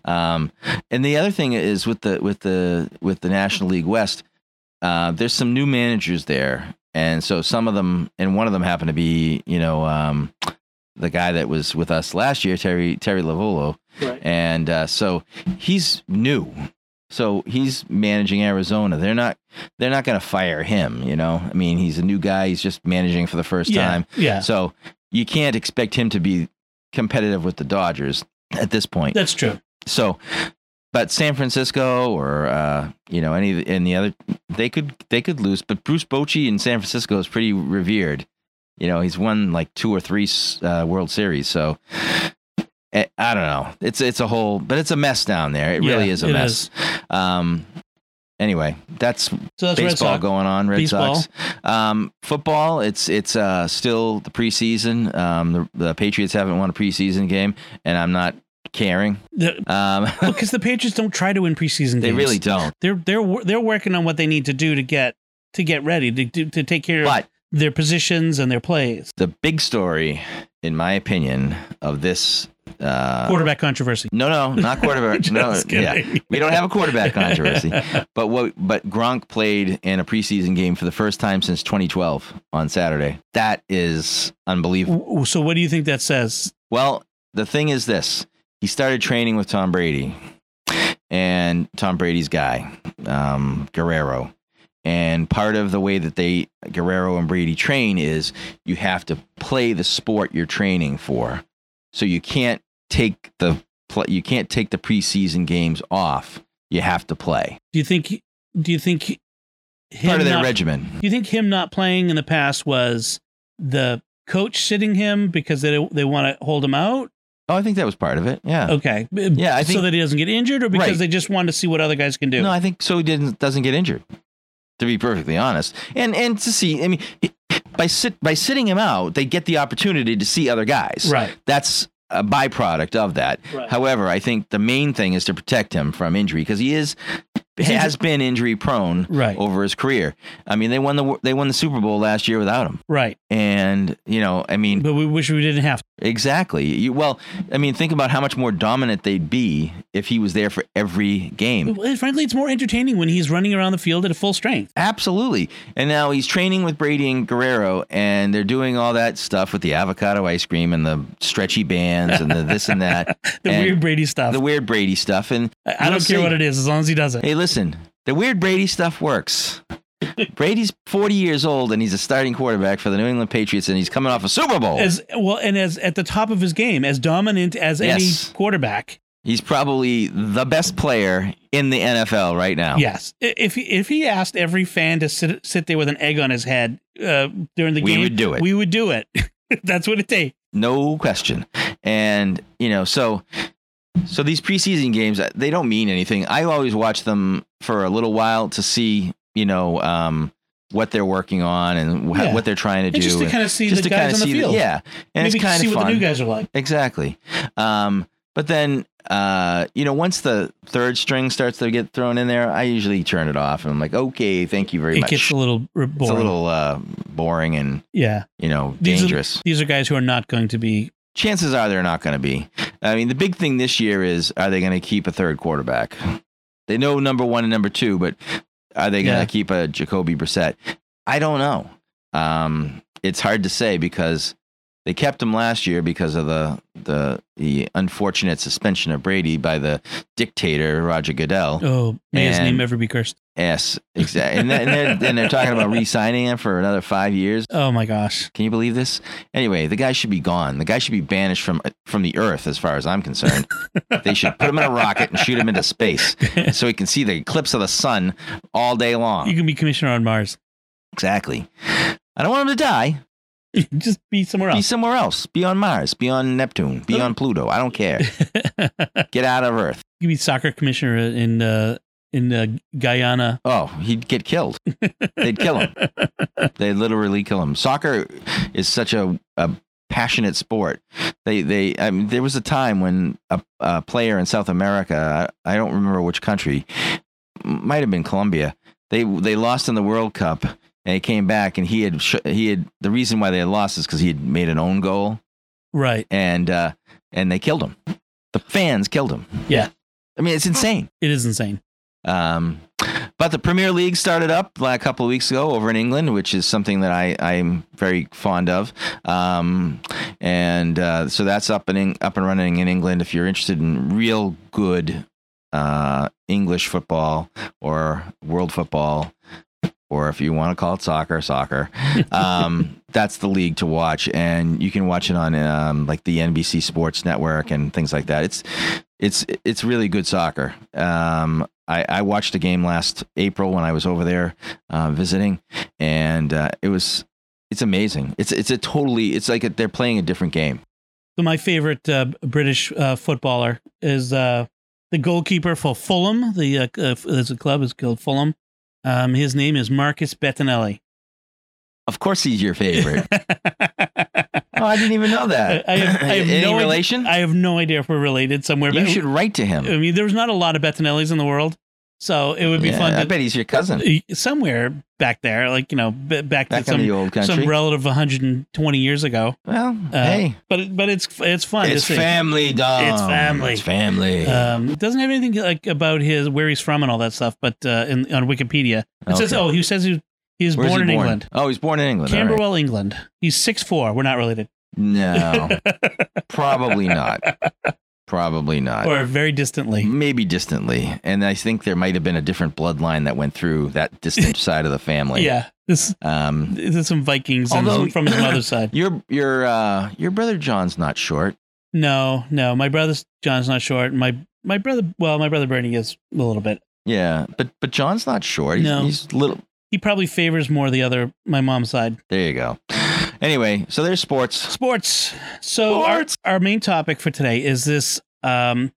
Um, and the other thing is with the with the with the National League West, uh, there's some new managers there, and so some of them, and one of them happened to be, you know, um, the guy that was with us last year, Terry Terry Lavolo, and uh, so he's new. So he's managing Arizona. They're not they're not going to fire him. You know, I mean, he's a new guy. He's just managing for the first
yeah.
time.
Yeah.
So you can't expect him to be competitive with the Dodgers at this point.
That's true.
So, but San Francisco or uh, you know any and the other they could they could lose. But Bruce Bochy in San Francisco is pretty revered. You know he's won like two or three uh, World Series. So eh, I don't know. It's it's a whole, but it's a mess down there. It really
Yeah,
is a
it
mess. Um. Anyway, that's
So that's Red
baseball
Sox.
going on. Red
Baseball.
Sox. Um, football. It's it's uh, still the preseason. Um, the, the Patriots haven't won a preseason game, and I'm not caring.
The-
Um,
because the Patriots don't try to win preseason games.
they really don't.
they're they're wor- they're working on what they need to do to get to get ready to do, to take care of
But
their positions and their plays.
the big story, in my opinion, of this. Uh,
Quarterback controversy.
no, no, not quarterback. no,
Just
yeah.
kidding.
We don't have a quarterback controversy, but what? But Gronk played in a preseason game for the first time since 2012 on Saturday. That is unbelievable.
W- So what do you think that says?
Well, the thing is this he started training with Tom Brady and Tom Brady's guy, um, Guerrero. And part of the way that they, Guerrero and Brady, train is you have to play the sport you're training for. So you can't take the pl- you can't take the preseason games off. You have to play.
Do you think do you think him
Part of their
not,
regimen.
Do you think him not playing in the past was the coach sitting him because they they want to hold him out?
Oh, I think that was part of it. Yeah.
Okay.
Yeah, I
so
think-
that he doesn't get injured or because
Right.
they just wanted to see what other guys can do.
No, I think so. He didn't doesn't get injured. To be perfectly honest, and and to see, I mean, by sit by sitting him out, they get the opportunity to see other guys.
right.
That's a byproduct of that.
Right.
However, I think the main thing is to protect him from injury because he is has been injury prone
Right.
over his career. I mean, they won the they won the Super Bowl last year without him,
Right.
and you know, I mean,
But we wish we didn't have to.
Exactly. You, well, I mean, think about how much more dominant they'd be if he was there for every game.
Well, Frankly, it's more entertaining when he's running around the field at a full strength.
Absolutely. And now he's training with Brady and Guerrero, and they're doing all that stuff with the avocado ice cream and the stretchy bands and the this and that,
The
And
weird Brady stuff.
the weird Brady stuff. And
I I don't
Let's
care
see.
what it is, as long as he does it.
Hey, listen, the weird Brady stuff works. Brady's 40 years old and he's a starting quarterback for the New England Patriots, and he's coming off a Super Bowl.
As well, and as at the top of his game, as dominant as
Yes.
any quarterback.
he's probably the best player in the NFL right now.
Yes, I- if he, if he asked every fan to sit sit there with an egg on his head uh, during the
We
game,
would do it.
We would do it. That's what it takes.
no question and you know so so these preseason games uh, they don't mean anything i always watch them for a little while to see you know um what they're working on and wh-
Yeah.
what they're trying to
And
do
just to
and
kind of see
just
the
to kinda
guys on the
see the-
field.
yeah and
maybe
it's kind
see
of
what
fun
the new guys are like.
exactly um but then uh you know once the third string starts to get thrown in there i usually turn it off and i'm like okay thank you very
it
much
gets a little boring.
it's a little uh boring and
yeah.
you know
These
dangerous
Are, these are guys who are not going to be
chances are they're not going to be. I mean, the big thing this year is are they going to keep a third quarterback? They know number one and number two, but are they going to
Yeah.
keep a Jacoby Brissett? I don't know. Um, it's hard to say because they kept him last year because of the the the unfortunate suspension of Brady by the dictator Roger Goodell.
Oh, may his
And-
name ever be cursed.
Yes, exactly. And, then- and they're, and they're talking about re-signing him for another five years.
Oh my gosh.
Can you believe this? Anyway, the guy should be gone. The guy should be banished from from the earth, as far as I'm concerned. they should put him in a rocket and shoot him into space so he can see the eclipse of the sun all day
You
long.
can be commissioner on Mars.
Exactly. I don't want him to die.
Just be somewhere
Be
else.
somewhere else. Be on Mars. Be on Neptune. Be on Pluto. I don't care. Get out of Earth.
you can be soccer commissioner in uh, in uh, Guyana.
Oh, he'd get killed. They'd kill him. They'd literally kill him. Soccer is such a, a passionate sport. They they I mean, there was a time when a, a player in South America, I, I don't remember which country, might have been Colombia. They they lost in the World Cup and he came back and he had sh- he had the reason why they had lost is because he had made an own goal
Right.
and uh, and they killed him. The fans killed him.
Yeah.
I mean it's insane.
It is insane.
Um, but the Premier League started up like, a couple of weeks ago over in England, which is something that I, I'm very fond of. Um, and uh, so that's up and in, up and running in England. If you're interested in real good uh, English football or world football, or if you want to call it soccer, soccer, um, that's the league to watch. And you can watch it on um, like the NBC Sports Network and things like that. It's it's it's really good soccer. Um, I, I watched a game last April when I was over there uh, visiting, and uh, it was it's amazing. It's it's a totally it's like a, they're playing a different game.
So my favorite uh, British uh, footballer is uh, the goalkeeper for Fulham. The uh, uh, there's a club is called Fulham. Um, his name is Marcus Bettinelli.
Of course, he's your favorite. oh, I didn't even know that.
I have- I have
Any
no idea-
relation?
I have no idea if we're related somewhere.
you
but
should write to him.
I mean, there's not a lot of Bettinellis in the world, so it would be
Yeah,
fun. To,
I bet he's your cousin
somewhere back there, like you know, b- back,
back
to some
in the old country.
some relative 120 years ago.
well,
Uh,
hey,
But it, but it's it's fun.
it's
to see.
family, Dom.
It's family.
It's family.
Um, it doesn't have anything like about his where he's from and all that stuff. But uh, in on Wikipedia, it says,
Okay.
oh, he says he was, he was
Where's
born
he
in
born?
England,
Oh, he's born in England. all right.
Camberwell, England. He's six four. We're not related,
No, probably not. Probably not.
or very distantly.
Maybe distantly. And I think there might have been a different bloodline that went through that distant side of the family.
Yeah, this
Um,
this is some Vikings and
Although-
from his mother's side.
your your uh your brother John's not short.
No, no, my brother John's not short. My my brother, well, my brother Bernie is a little bit.
Yeah, but but John's not short. He's,
No.
he's little.
He probably favors more the other my mom's side.
There you go. Anyway, so there's sports.
Sports. So our-
Sports.
Our, main topic for today is this. Um,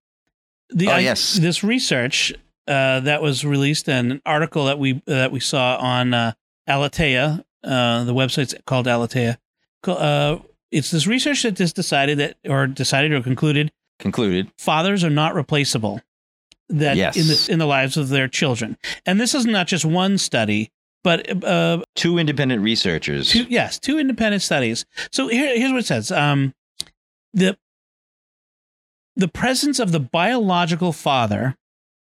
the
Oh,
I-
yes.
this research uh, that was released and an article that we that we saw on uh, Alatea. Uh, the website's called Alatea. Co- Uh, it's this research that just decided that, or decided or concluded,
Concluded.
fathers are not replaceable. That
Yes.
in the in the lives of their children, and this is not just one study, but uh,
Two independent researchers.
Two, yes, two independent studies. So here, here's what it says: um, the the presence of the biological father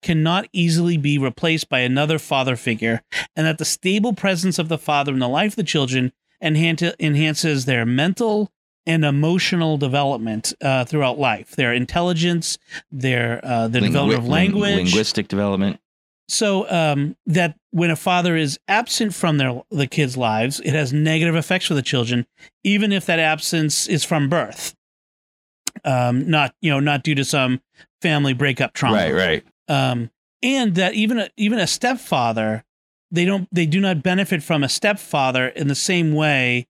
cannot easily be replaced by another father figure, and that the stable presence of the father in the life of the children enhan- enhances their mental and emotional development uh, throughout life, their intelligence, their uh, the
Lingui-
development of
ling-
language,
linguistic development.
so um, that when a father is absent from their the kids' lives, it has negative effects for the children, even if that absence is from birth, um, not you know not due to some family breakup trauma.
Right, right.
Um, and that even a, even a stepfather, they don't they do not benefit from a stepfather in the same way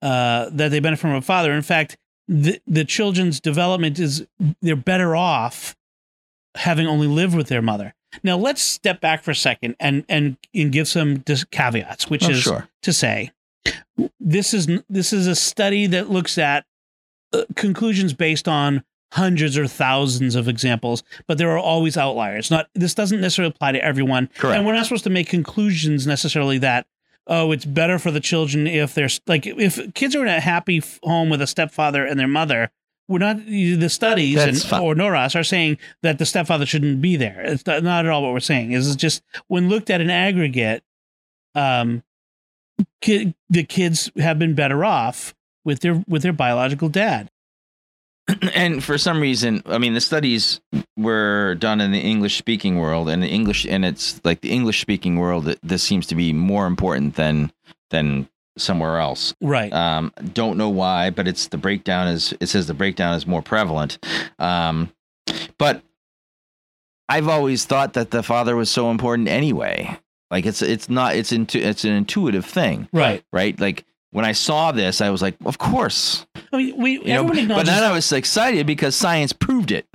uh, that they benefit from a father. In fact, the the children's development is they're better off having only lived with their mother. Now let's step back for a second and and, and give some dis- caveats, which
Oh,
is
sure.
to say this is this is a study that looks at uh, conclusions based on hundreds or thousands of examples, but there are always outliers. Not this doesn't necessarily apply to everyone,
Correct.
and we're not supposed to make conclusions necessarily that oh, it's better for the children if there's like if kids are in a happy f- home with a stepfather and their mother, we're not the studies
That's
and
fine.
or Noros are saying that the stepfather shouldn't be there. It's not, not at all what we're saying. This is just when looked at in aggregate, um, ki- the kids have been better off with their with their biological dad.
and for some reason, I mean, the studies were done in the English speaking world, and the English, and it's like the English speaking world. th- This seems to be more important than than somewhere else.
Right.
Um, don't know why, but it's the breakdown is it says the breakdown is more prevalent. Um, but I've always thought that the father was so important anyway. Like it's it's not it's into it's an intuitive thing,
right.
right? Like when I saw this, I was like, of course,
I mean, we
you know.
everyone
But
acknowledges.
then I was excited because science proved it.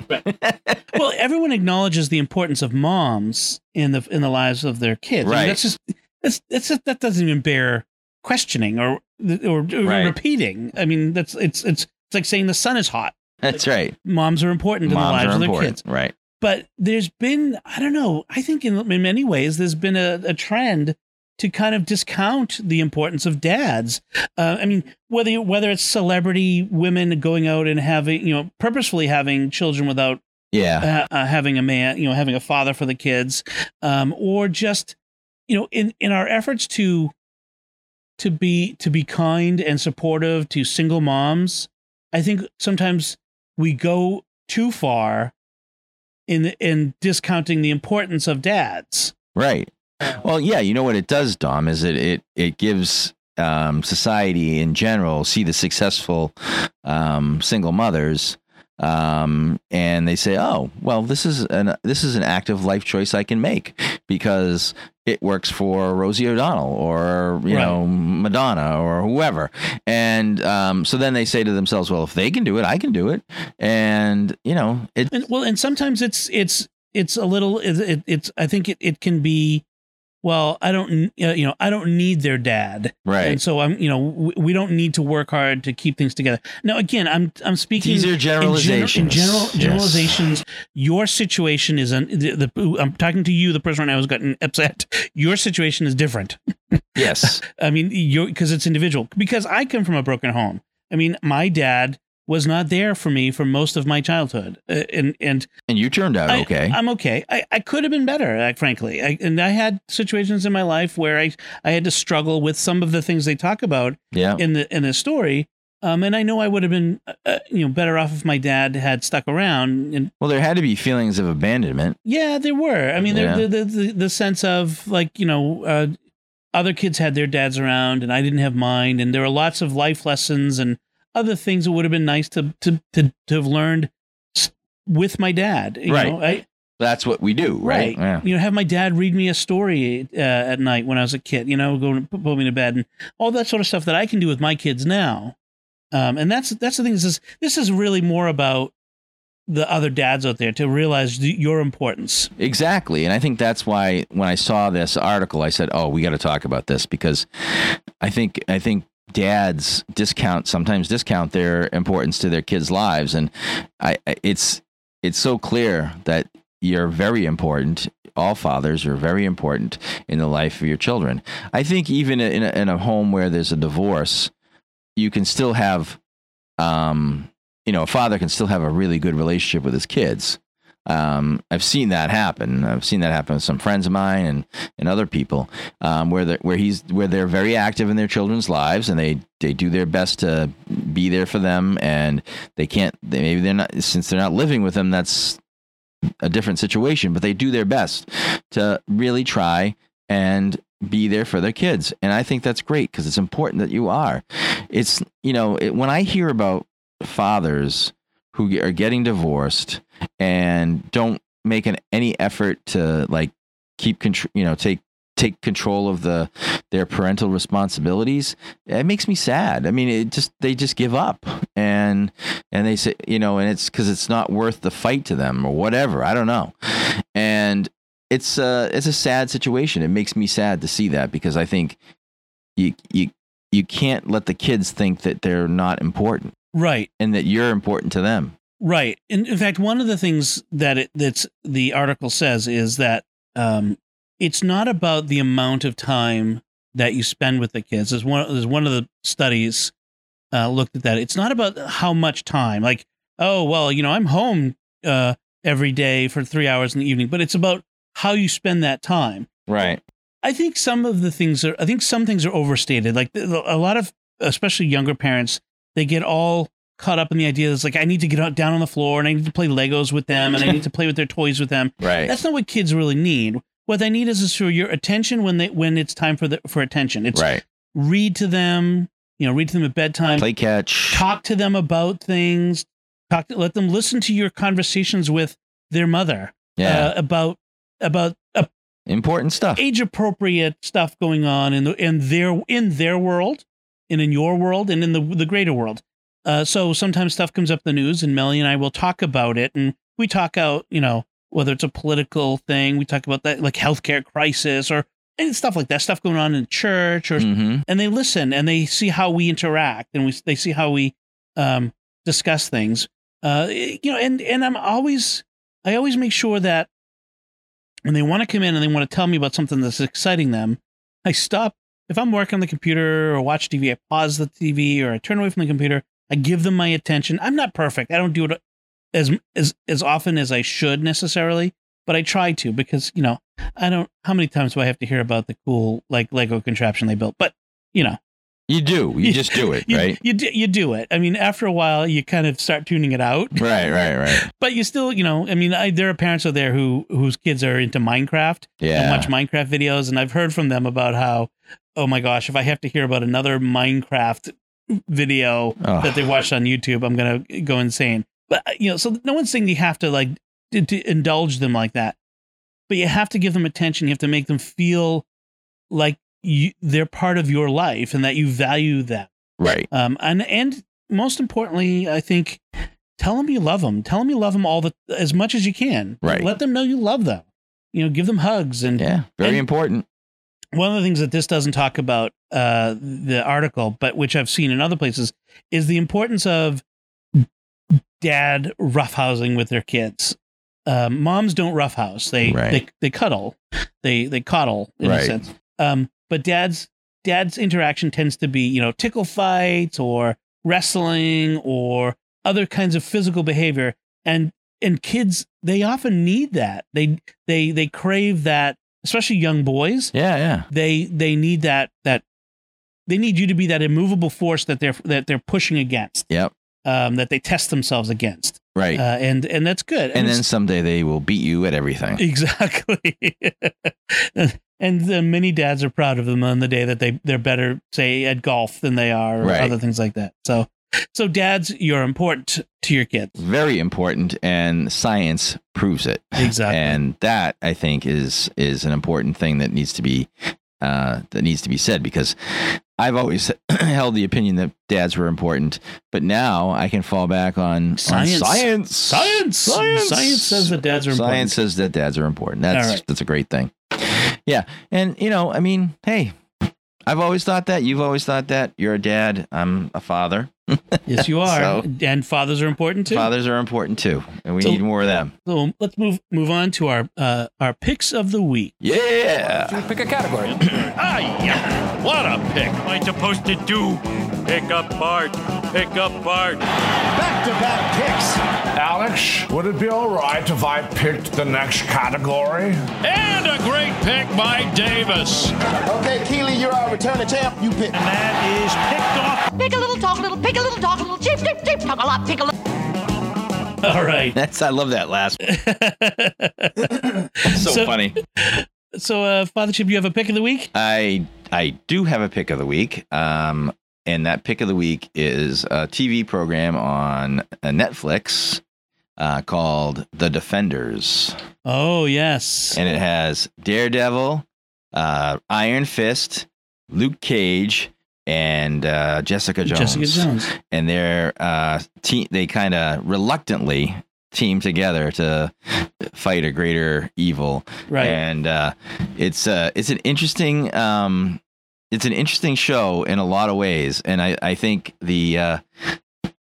well, everyone acknowledges the importance of moms in the in the lives of their kids. I mean,
Right.
that's just that's that's just, that doesn't even bear questioning or or, even
Right.
repeating. I mean, that's it's it's it's like saying the sun is hot.
That's right.
Moms are important in the
Moms
lives
are
of their
important,
kids.
right?
But there's been I don't know. I think in, in many ways there's been a, a trend to kind of discount the importance of dads. Uh, I mean, whether you- whether it's celebrity women going out and having you know purposefully having children without
Yeah,
uh, uh, having a man, you know, having a father for the kids, um, or just, you know, in in our efforts to to be to be kind and supportive to single moms, I think sometimes we go too far in in discounting the importance of dads.
right. Well, yeah. You know what it does, Dom, is it it it gives um, society in general see the successful um, single mothers, um, and they say, oh, well, this is an this is an active life choice I can make because it works for Rosie O'Donnell or you
Right.
know Madonna or whoever, and um, so then they say to themselves, well, if they can do it, I can do it, and you know it.
and well and sometimes it's it's it's a little it, it, it's i think it, it can be well i don't n- uh, you know i don't need their dad
Right.
and so i'm you know we, we don't need to work hard to keep things together now again i'm i'm speaking
These are
in,
generalizations.
gen- in general
Yes.
generalizations your situation is un, the, the i'm talking to you the person right now who's gotten upset your situation is different
Yes.
I mean, you because it's individual. Because I come from a broken home. I mean, my dad was not there for me for most of my childhood, Uh, and and
And you turned out
I,
okay.
I'm okay. I, I could have been better, like, frankly. I, and I had situations in my life where I I had to struggle with some of the things they talk about
yeah.
in the in the story. Um, and I know I would have been, uh, uh, you know, better off if my dad had stuck around. And
Well, there had to be feelings of abandonment.
yeah, there were. I mean, there the,
Yeah.
the the the sense of like you know, uh, other kids had their dads around, and I didn't have mine, and there were lots of life lessons and other things that would have been nice to to to, to have learned s- with my dad. You
Right.
Know? I,
That's what we do, right? Yeah.
You know, have my dad read me a story uh, at night when I was a kid. You know, go and put put me to bed and all that sort of stuff that I can do with my kids now. Um, and that's that's the thing. This is this is really more about the other dads out there to realize th- your importance.
Exactly. And I think that's why when I saw this article, I said, "Oh, we got to talk about this because I think I think dads discount sometimes discount their importance to their kids' lives and I I- it's it's so clear that you're very important. All fathers are very important in the life of your children. I think even in a, in a home where there's a divorce, you can still have, um, you know, a father can still have a really good relationship with his kids. Um, I've seen that happen. I've seen that happen with some friends of mine and, and other people, um, where the, where he's where they're very active in their children's lives and they, they do their best to be there for them and they can't they, maybe they're not since they're not living with them that's a different situation but they do their best to really try and be there for their kids and i think that's great because it's important that you are it's you know it, when i hear about fathers who ge- are getting divorced and don't make an, any effort to like keep control you know take take control of the their parental responsibilities it makes me sad i mean it just they just give up and and they say you know and it's because it's not worth the fight to them or whatever i don't know and it's a it's a sad situation it makes me sad to see that because i think you you you can't let the kids think that they're not important
Right.
and that you're important to them
Right. And in fact, one of the things that it, that's the article says is that um, it's not about the amount of time that you spend with the kids. There's one. There's one of the studies uh, looked at that. It's not about how much time. Like oh well, you know, I'm home uh, every day for three hours in the evening, but it's about how you spend that time.
Right.
I think some of the things are. I think some things are overstated. Like th- a lot of, especially younger parents, they get all caught up in the idea that it's like I need to get out down on the floor and I need to play Legos with them and I need to play with their toys with them.
Right.
That's not what kids really need. What they need is, is for your attention when they when it's time for the for attention. It's
right.
read to them. You know, read to them at bedtime.
Play catch.
Talk to them about things. Talk. To, let them listen to your conversations with their mother
Yeah.
uh, about about uh,
Important stuff.
age appropriate stuff going on in the in their in their world and in your world and in the the greater world. Uh, so sometimes stuff comes up in the news, and Melly and I will talk about it, and we talk out, you know, whether it's a political thing, we talk about that like healthcare crisis or and stuff like that, stuff going on in church, or
Mm-hmm.
and they listen and they see how we interact, and we they see how we um, discuss things, uh, you know, and and I'm always I always make sure that when they want to come in and they want to tell me about something that's exciting them, I stop. If I'm working on the computer or watch TV, I pause the TV or I turn away from the computer. I give them my attention. I'm not perfect. I don't do it as as as often as I should necessarily, but I try to because you know I don't. How many times do I have to hear about the cool like Lego contraption they built? But you know,
You do. You
You-
just do it.
you
Right.
you do, you do it. I mean, after a while, you kind of start tuning it out
Right. Right. Right.
but you still, you know, I mean, I, there are parents out there who whose kids are into Minecraft and
Yeah.
watch Minecraft videos, and I've heard from them about how, oh my gosh, if I have to hear about another Minecraft video
Ugh.
that they watched on YouTube, I'm gonna go insane. But you know, so no one's saying you have to like to, to indulge them like that, but you have to give them attention. You have to make them feel like you, they're part of your life and that you value them.
Right.
Um, and and most importantly, I think tell them you love them. Tell them you love them all the as much as you can.
Right.
Let them know you love them. You know, give them hugs. And
Yeah. Very
And-
important.
one of the things that this doesn't talk about uh, the article, but which I've seen in other places, is the importance of dad roughhousing with their kids. Um, moms don't roughhouse; they
Right.
they they cuddle, they they coddle in
Right.
a sense. Um, but dad's dad's interaction tends to be you know tickle fights or wrestling or other kinds of physical behavior, and and kids they often need that. They they they crave that, especially young boys
Yeah. Yeah.
they they need that that they need you to be that immovable force that they're that they're pushing against
Yep.
um that they test themselves against
Right.
uh, and and that's good
and then
it's- E
someday they will beat you at everything.
exactly and then many dads are proud of them on the day that they they're better say at golf than they are or
Right.
other things like that so so dads you're important to your kids
Very important, and science proves it.
exactly
and that I think is is an important thing that needs to be uh, that needs to be said because I've always held the opinion that dads were important, but now I can fall back on
Science.
on science.
Science.
science,
Science says that dads are important.
Science says that dads are important. That's
All right.
that's a great thing. Yeah, and you know, I mean, hey. I've always thought that. You've always thought that. You're a dad. I'm a father.
yes you are
So-
and fathers are important too
Fathers are important too, and we
So-
need more of them.
so let's move move on to our uh our picks of the week
Yeah.
Pick a category.
Ah, yeah. What a pick.
What am I supposed to do? Pick up Bart. Pick up Bart.
Alex, would it be all right if I picked the next category?
And a great pick by Davis.
Okay, Keely, you're our returning champ. You pick.
That is picked off.
Pick a little, talk a little, pick a little, talk a little, cheep, cheep, cheep, talk a lot, pick a little.
all right
That's I love that last. so,
So-
funny.
So, uh, Father Chip, you have a pick of the week?
I I do have a pick of the week. Um, and that pick of the week is a TV program on uh, Netflix uh, called The Defenders,
Oh, yes.
and it has Daredevil, uh, Iron Fist, Luke Cage, and uh, Jessica Jones.
Jessica Jones.
and they're uh, te- they kind of reluctantly team together to fight a greater evil
Right.
and uh, it's uh, it's an interesting um, it's an interesting show in a lot of ways, and I I think the uh,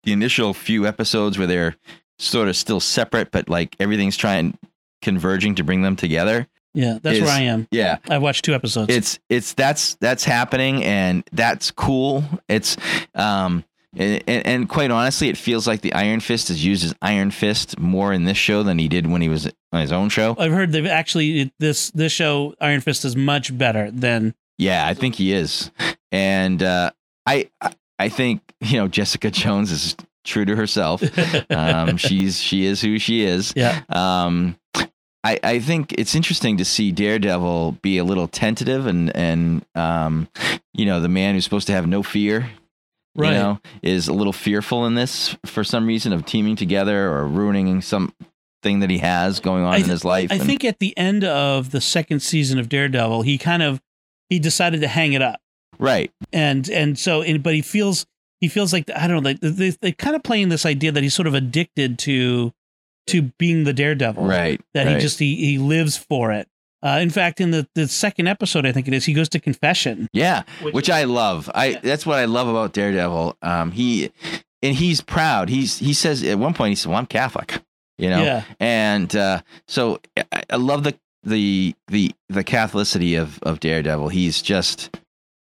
the initial few episodes where they're sort of still separate, but like everything's trying converging to bring them together.
yeah, that's
is-
where I am.
Yeah,
I watched two episodes.
it's it's that's that's happening, and that's cool. It's um, And, and, and quite honestly, it feels like the Iron Fist has used his Iron Fist more in this show than he did when he was on his own show.
I've heard they've actually this this show Iron Fist is much better than
Yeah, I think he is. And uh, I I think you know Jessica Jones is true to herself. um, she's she is who she is.
yeah.
Um, I I think it's interesting to see Daredevil be a little tentative and and um, you know the man who's supposed to have no fear.
Right.
You know, is a little fearful in this for some reason of teaming together or ruining something that he has going on
I
in
th-
his life.
I
And-
think at the end of the second season of Daredevil, he kind of he decided to hang it up,
right.
and and so and, but he feels he feels like I don't know like they they kind of playing this idea that he's sort of addicted to to being the Daredevil,
Right.
That he
right.
just he, he lives for it. Uh, in fact, in the, the second episode, I think it is, he goes to confession.
Yeah,
Which
which,
is-
I love. I that's what I love about Daredevil. Um, he and he's proud. He's he says at one point he said, "Well, I'm Catholic," you know,
Yeah,
and uh, so I, I love the the the the Catholicity of of Daredevil. He's just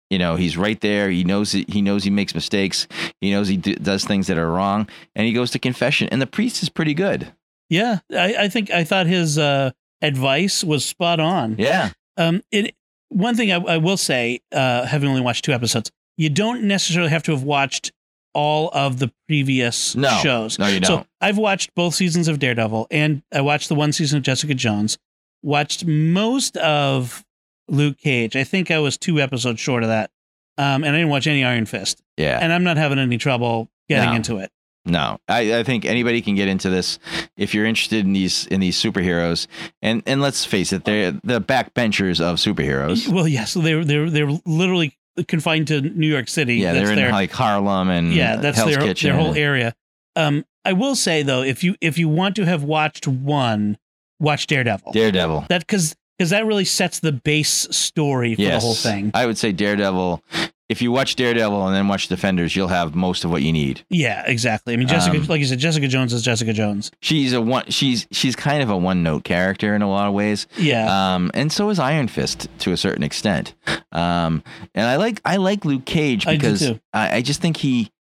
you know he's right there. He knows he he knows he makes mistakes. He knows he d- does things that are wrong, and he goes to confession. And the priest is pretty good.
yeah. I, I think I thought his uh, advice was spot on.
Yeah,
Um, it one thing I, I will say, uh, having only watched two episodes, you don't necessarily have to have watched all of the previous
No.
shows.
No, you
So
don't.
I've watched both seasons of Daredevil, and I watched the one season of Jessica Jones. Watched most of Luke Cage. I think I was two episodes short of that, um, and I didn't watch any Iron Fist.
yeah.
And I'm not having any trouble getting
No.
into it.
No, I, I think anybody can get into this if you're interested in these in these superheroes. And and let's face it, they're the backbenchers of superheroes.
Well, yeah. So they're they're they're literally confined to New York City.
Yeah,
That's
they're in
their-
like Harlem and
yeah, that's
Hell's
their,
Kitchen.
their whole area. Um, I will say though, if you if you want to have watched one, watch Daredevil.
Daredevil.
that because because that really sets the base story for
Yes,
the whole thing.
I would say Daredevil. If you watch Daredevil and then watch Defenders, you'll have most of what you need.
yeah, exactly. I mean, Jessica,
Um,
like you said, Jessica Jones is Jessica Jones.
She's a one. She's she's kind of a one note character in a lot of ways.
Yeah,
Um, and so is Iron Fist to a certain extent. Um, and I like I like Luke Cage
I do
because
too.
I, I just think he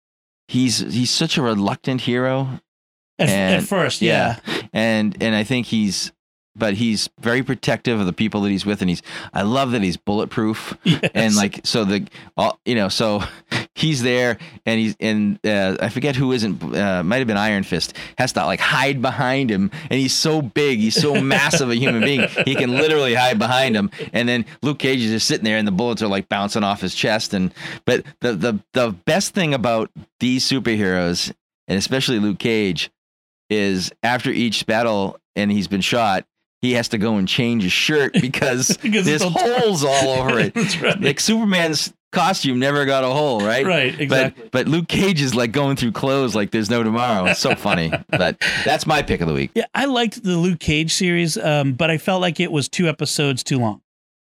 he's he's such a reluctant hero.
at,
and-
at first, yeah.
And and I think he's but he's very protective of the people that he's with and he's I love that he's bulletproof
Yes.
and like so the all you know so he's there and he's and uh, I forget who isn't uh, might have been Iron Fist has to like hide behind him and he's so big he's so massive a human being he can literally hide behind him and then Luke Cage is just sitting there and the bullets are like bouncing off his chest and but the the the best thing about these superheroes and especially Luke Cage is after each battle and he's been shot he has to go and change his shirt because,
Because
there's
it's all-
holes all over it
That's right.
like Superman's costume never got a hole, right?
Right, exactly.
But but Luke Cage is like going through clothes like there's no tomorrow. It's so funny. but that's my pick of the week.
Yeah, I liked the Luke Cage series, um, but I felt like it was two episodes too long.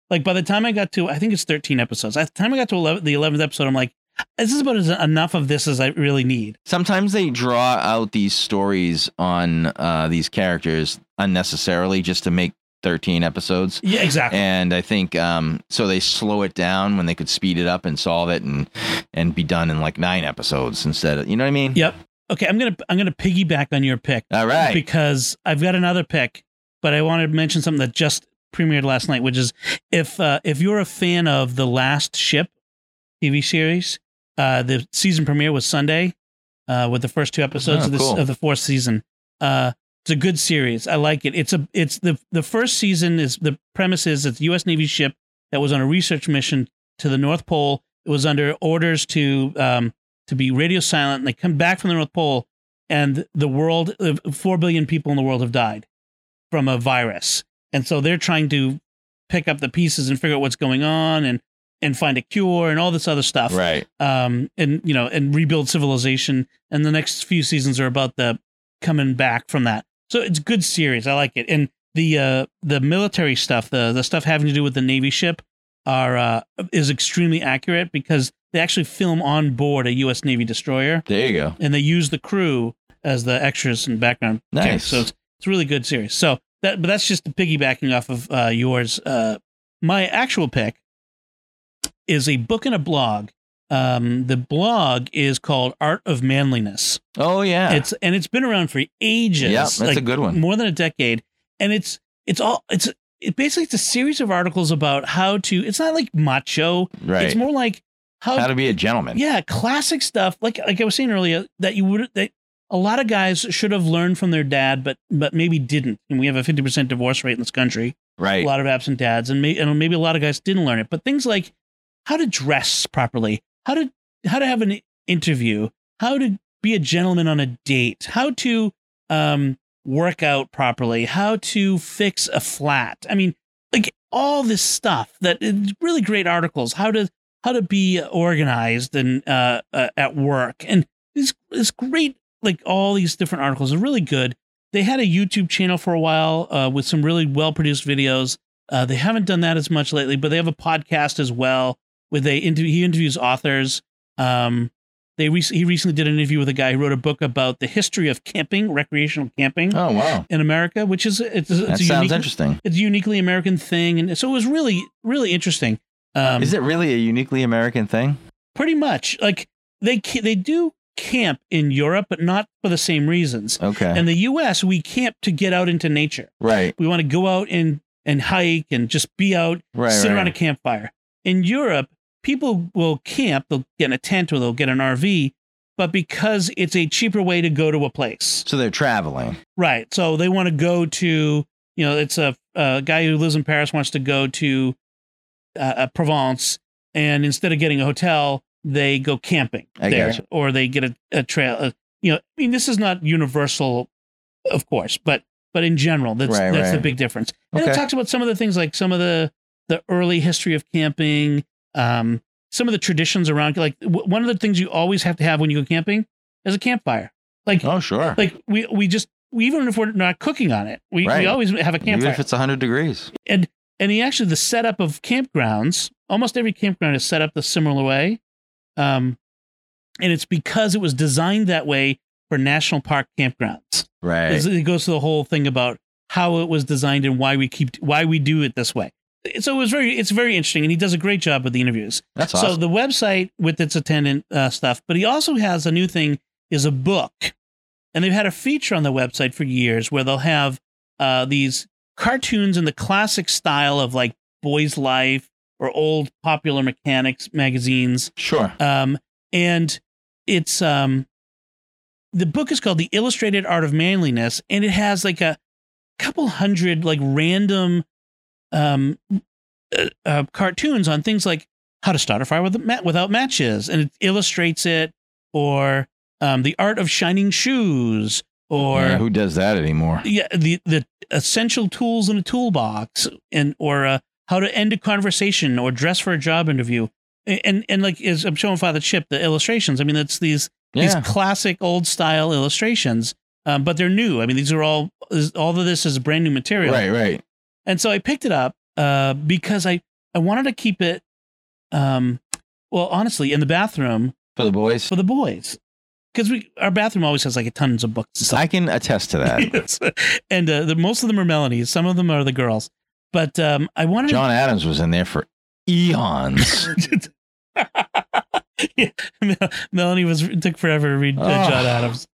Like by the time I got to, I think it's thirteen episodes. By the time I got to 11, the eleventh episode, I'm like, this is about as enough of this as I really need.
Sometimes they draw out these stories on uh, these characters unnecessarily just to make 13 episodes.
Yeah, exactly.
And I think um, so they slow it down when they could speed it up and solve it and and be done in like nine episodes instead of you know what I mean?
Yep. Okay, I'm gonna I'm gonna piggyback on your pick
All right.
because I've got another pick, but I wanted to mention something that just premiered last night, which is if uh, if you're a fan of the Last Ship TV series, uh, the season premiere was Sunday uh, with the first two episodes
Oh,
of, this,
cool.
of the fourth season. Uh, it's a good series. I like it. It's a it's the the first season is the premise is it's a U.S. Navy ship that was on a research mission to the North Pole. It was under orders to um, to be radio silent, and they come back from the North Pole, and the world uh, four billion people in the world have died from a virus, and so they're trying to pick up the pieces and figure out what's going on and and find a cure and all this other stuff
Right.
um, and you know, and rebuild civilization. And the next few seasons are about the coming back from that. So it's a good series. I like it. And the uh, the military stuff, the the stuff having to do with the navy ship, are uh, is extremely accurate because they actually film on board a U.S. Navy destroyer,
There you go.
and they use the crew as the extras and background.
Nice.
characters. So it's it's a really good series. So that, but that's just the piggybacking off of uh, yours. Uh, my actual pick is a book and a blog um, the blog is called Art of Manliness.
Oh yeah.
It's and it's been around for ages.
Yeah, that's
like,
a good one.
More than a decade, and it's it's all it's it basically it's a series of articles about how to. It's not like macho.
Right.
It's more like how,
How to be a gentleman.
yeah classic stuff. Like like I was saying earlier that you would that a lot of guys should have learned from their dad, but but maybe didn't. And we have a fifty percent divorce rate in this country
Right.
a lot of absent dads, and, may, and maybe a lot of guys didn't learn it. But things like how to dress properly, how to how to have an interview, how to be a gentleman on a date, how to um, work out properly, how to fix a flat. I mean, like all this stuff that it's really great articles. How to how to be organized and uh, uh, at work, and it's it's great. Like all these different articles are really good they had a YouTube channel for a while uh, with some really well produced videos. Uh, they haven't done that as much lately, but they have a podcast as well where they inter- he interviews authors. Um, they rec he recently did an interview with a guy who wrote a book about the history of camping, recreational camping
Oh wow.
in America, which is it's, it's
That
a
sounds
unique-
interesting.
it's a uniquely American thing, and so it was really really interesting. Um,
Is it really a uniquely American thing?
pretty much like they ca- they do camp in Europe, but not for the same reasons.
Okay.
In the U.S., we camp to get out into nature.
right.
We want to go out and and hike and just be out,
Right.
sit
right.
around a campfire. In Europe, people will camp. They'll get in a tent or they'll get an RV, but because it's a cheaper way to go to a place,
so they're traveling.
right? So they want to go to you know, it's a, a guy who lives in Paris wants to go to uh, uh, Provence, and instead of getting a hotel, they go camping
I
there,
gotcha.
or they get a, a trail. uh you know, I mean, this is not universal, of course, but but in general, that's
Right,
that's the
right.
big difference. And it
Okay.
talks about some of the things like some of the the early history of camping, um, some of the traditions around. Like w- one of the things you always have to have when you go camping is a campfire. Like
Oh sure.
like we we just we, even if we're not cooking on it, we, we
Right.
always have a
Even
campfire.
if it's hundred degrees.
and and he actually the setup of campgrounds. Almost every campground is set up the similar way, um, and it's because it was designed that way for national park campgrounds.
Right.
It's- It goes to the whole thing about how it was designed and why we keep why we do it this way. So it was very it's very interesting, and he does a great job with the interviews.
That's
So
awesome.
the website with its attendant uh, stuff, but he also has a new thing is a book, and they've had a feature on the website for years where they'll have uh, these cartoons in the classic style of like Boys Life or old popular mechanics magazines,
sure.
um, and it's um, the book is called The Illustrated Art of Manliness, and it has like a couple hundred like random um, uh, uh, cartoons on things like how to start a fire with a ma- without matches, and it illustrates it, or um, the art of shining shoes, or
Yeah, who does that anymore?
yeah the the essential tools in a toolbox and or uh, how to end a conversation or dress for a job interview A- and and like as i'm showing father chip the illustrations i mean it's these
Yeah.
these classic old style illustrations um, but they're new i mean these are all is- all of this is brand new material
Right. Right.
and so I picked it up uh, because I I wanted to keep it, um, well, honestly, in the bathroom
For the boys.
for the boys because we our bathroom always has like tons of books and stuff.
I can attest to that.
Yes. and uh, the, most of them are melodies. Some of them are the girls. But um, I wanted
John Adams was in there for eons.
to. Yeah, Mel- Melanie was it took forever to read uh,
Oh.
John Adams.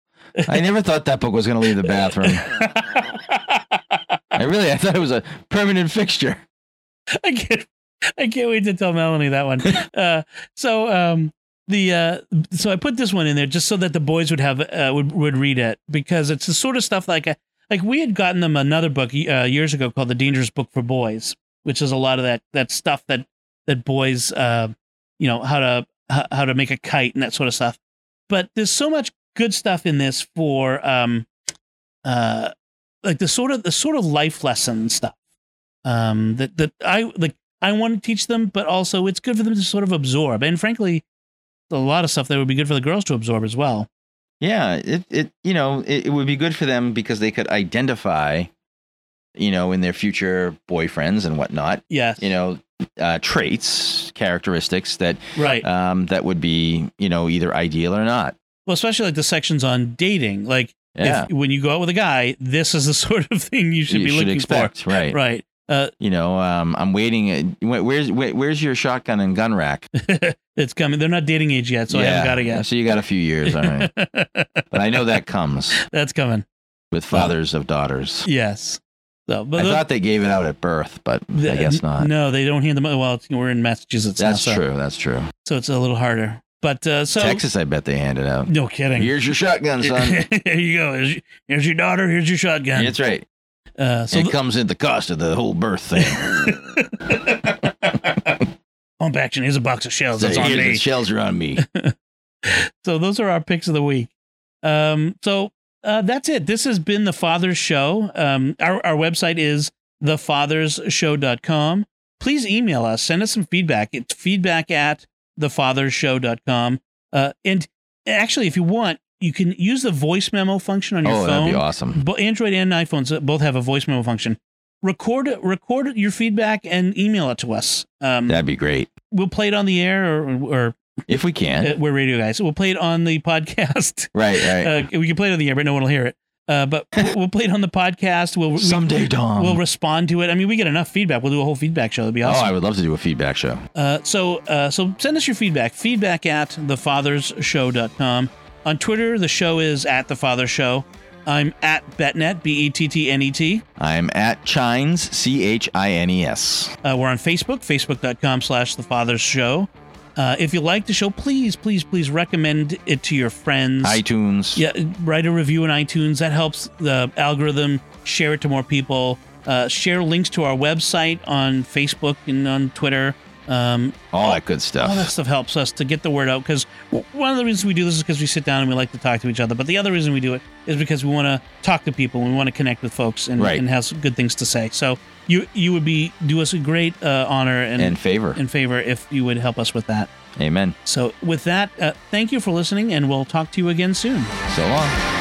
I never thought that book was going to leave the bathroom. I really, I thought it was a permanent fixture.
I can't I can't wait to tell Melanie that one. Uh, so um the uh so I put this one in there just so that the boys would have uh, would would read it because it's the sort of stuff like uh, like we had gotten them another book uh, years ago called The Dangerous Book for Boys, which is a lot of that that stuff that that boys uh you know how to how, how to make a kite and that sort of stuff. But there's so much good stuff in this for um uh like the sort of the sort of life lesson stuff um that that i like i want to teach them but also it's good for them to sort of absorb and frankly a lot of stuff that would be good for the girls to absorb as well
Yeah, it, it you know it, it would be good for them because they could identify, you know, in their future boyfriends and whatnot,
yeah
you know, uh, traits, characteristics that
right
um, that would be you know either ideal or not.
well especially like the sections on dating like
Yeah,
if, when you go out with a guy this is the sort of thing you should
you
be looking
expect
for
right.
right Uh,
you know, um, I'm waiting. Where- Where's where- where's your shotgun and gun rack?
it's coming. They're not dating age yet, so I haven't got it yet.
So you got a few years, all right. but I know that comes
That's coming.
with fathers of daughters.
Yes. So, but
I
the-
thought they gave it out at birth, but I
the-
guess not.
No, they don't hand them. Well, it's- we're in Massachusetts. now,
That's
so-
true. That's true.
So it's a little harder. But uh, so
Texas, I bet they hand it out.
No kidding.
Here's your shotgun, son.
Here you go. Here's, here's your daughter. Here's your shotgun.
That's right.
Uh, so
it
the
comes at the cost of the whole birth thing.
pump action. oh, Here's a box of shells.
so
That's on
here,
me.
the shells are on me.
so those are our picks of the week. Um, so uh, that's it. This has been the Father's Show. Um, our, our website is thefathersshow.com. Please email us. Send us some feedback. It's feedback at thefathersshow.com. Uh, and actually, if you want, you can use the voice memo function on your
oh,
phone.
that'd be awesome.
Bo- Android and iPhones uh, both have a voice memo function. Record record your feedback and email it to us. Um,
That'd be great
we'll play it on the air, or, or
if we
uh,
can.
we're radio guys. We'll play it on the podcast.
Right, right.
Uh, we can play it on the air, but no one will hear it. Uh, but we'll- we'll play it on the podcast. We'll we-
Someday, Dom.
we'll respond to it. I mean, we get enough feedback. We'll do a whole feedback show. That'd be
oh,
awesome.
I would love to do a feedback show.
Uh, so uh, so send us your feedback. Feedback at thefathersshow.com. On Twitter, the show is at the Fathers Show. I'm at Betnet, B E T T N E T.
I'm at Chines, C H I N E S.
Uh, we're on Facebook, facebook.com slash The Father's Show. Uh, if you like the show, please, please, please recommend it to your friends.
iTunes.
yeah, write a review in iTunes. That helps the algorithm. Share it to more people. Uh, share links to our website on Facebook and on Twitter. Um,
All that good stuff.
all that stuff helps us to get the word out because one of the reasons we do this is because we sit down and we like to talk to each other. But the other reason we do it is because we want to talk to people and we want to connect with folks and,
Right.
and have some good things to say. So you you would be do us a great uh, honor and,
and favor.
and favor if you would help us with that.
Amen.
So with that, uh, thank you for listening, and we'll talk to you again soon.
So long.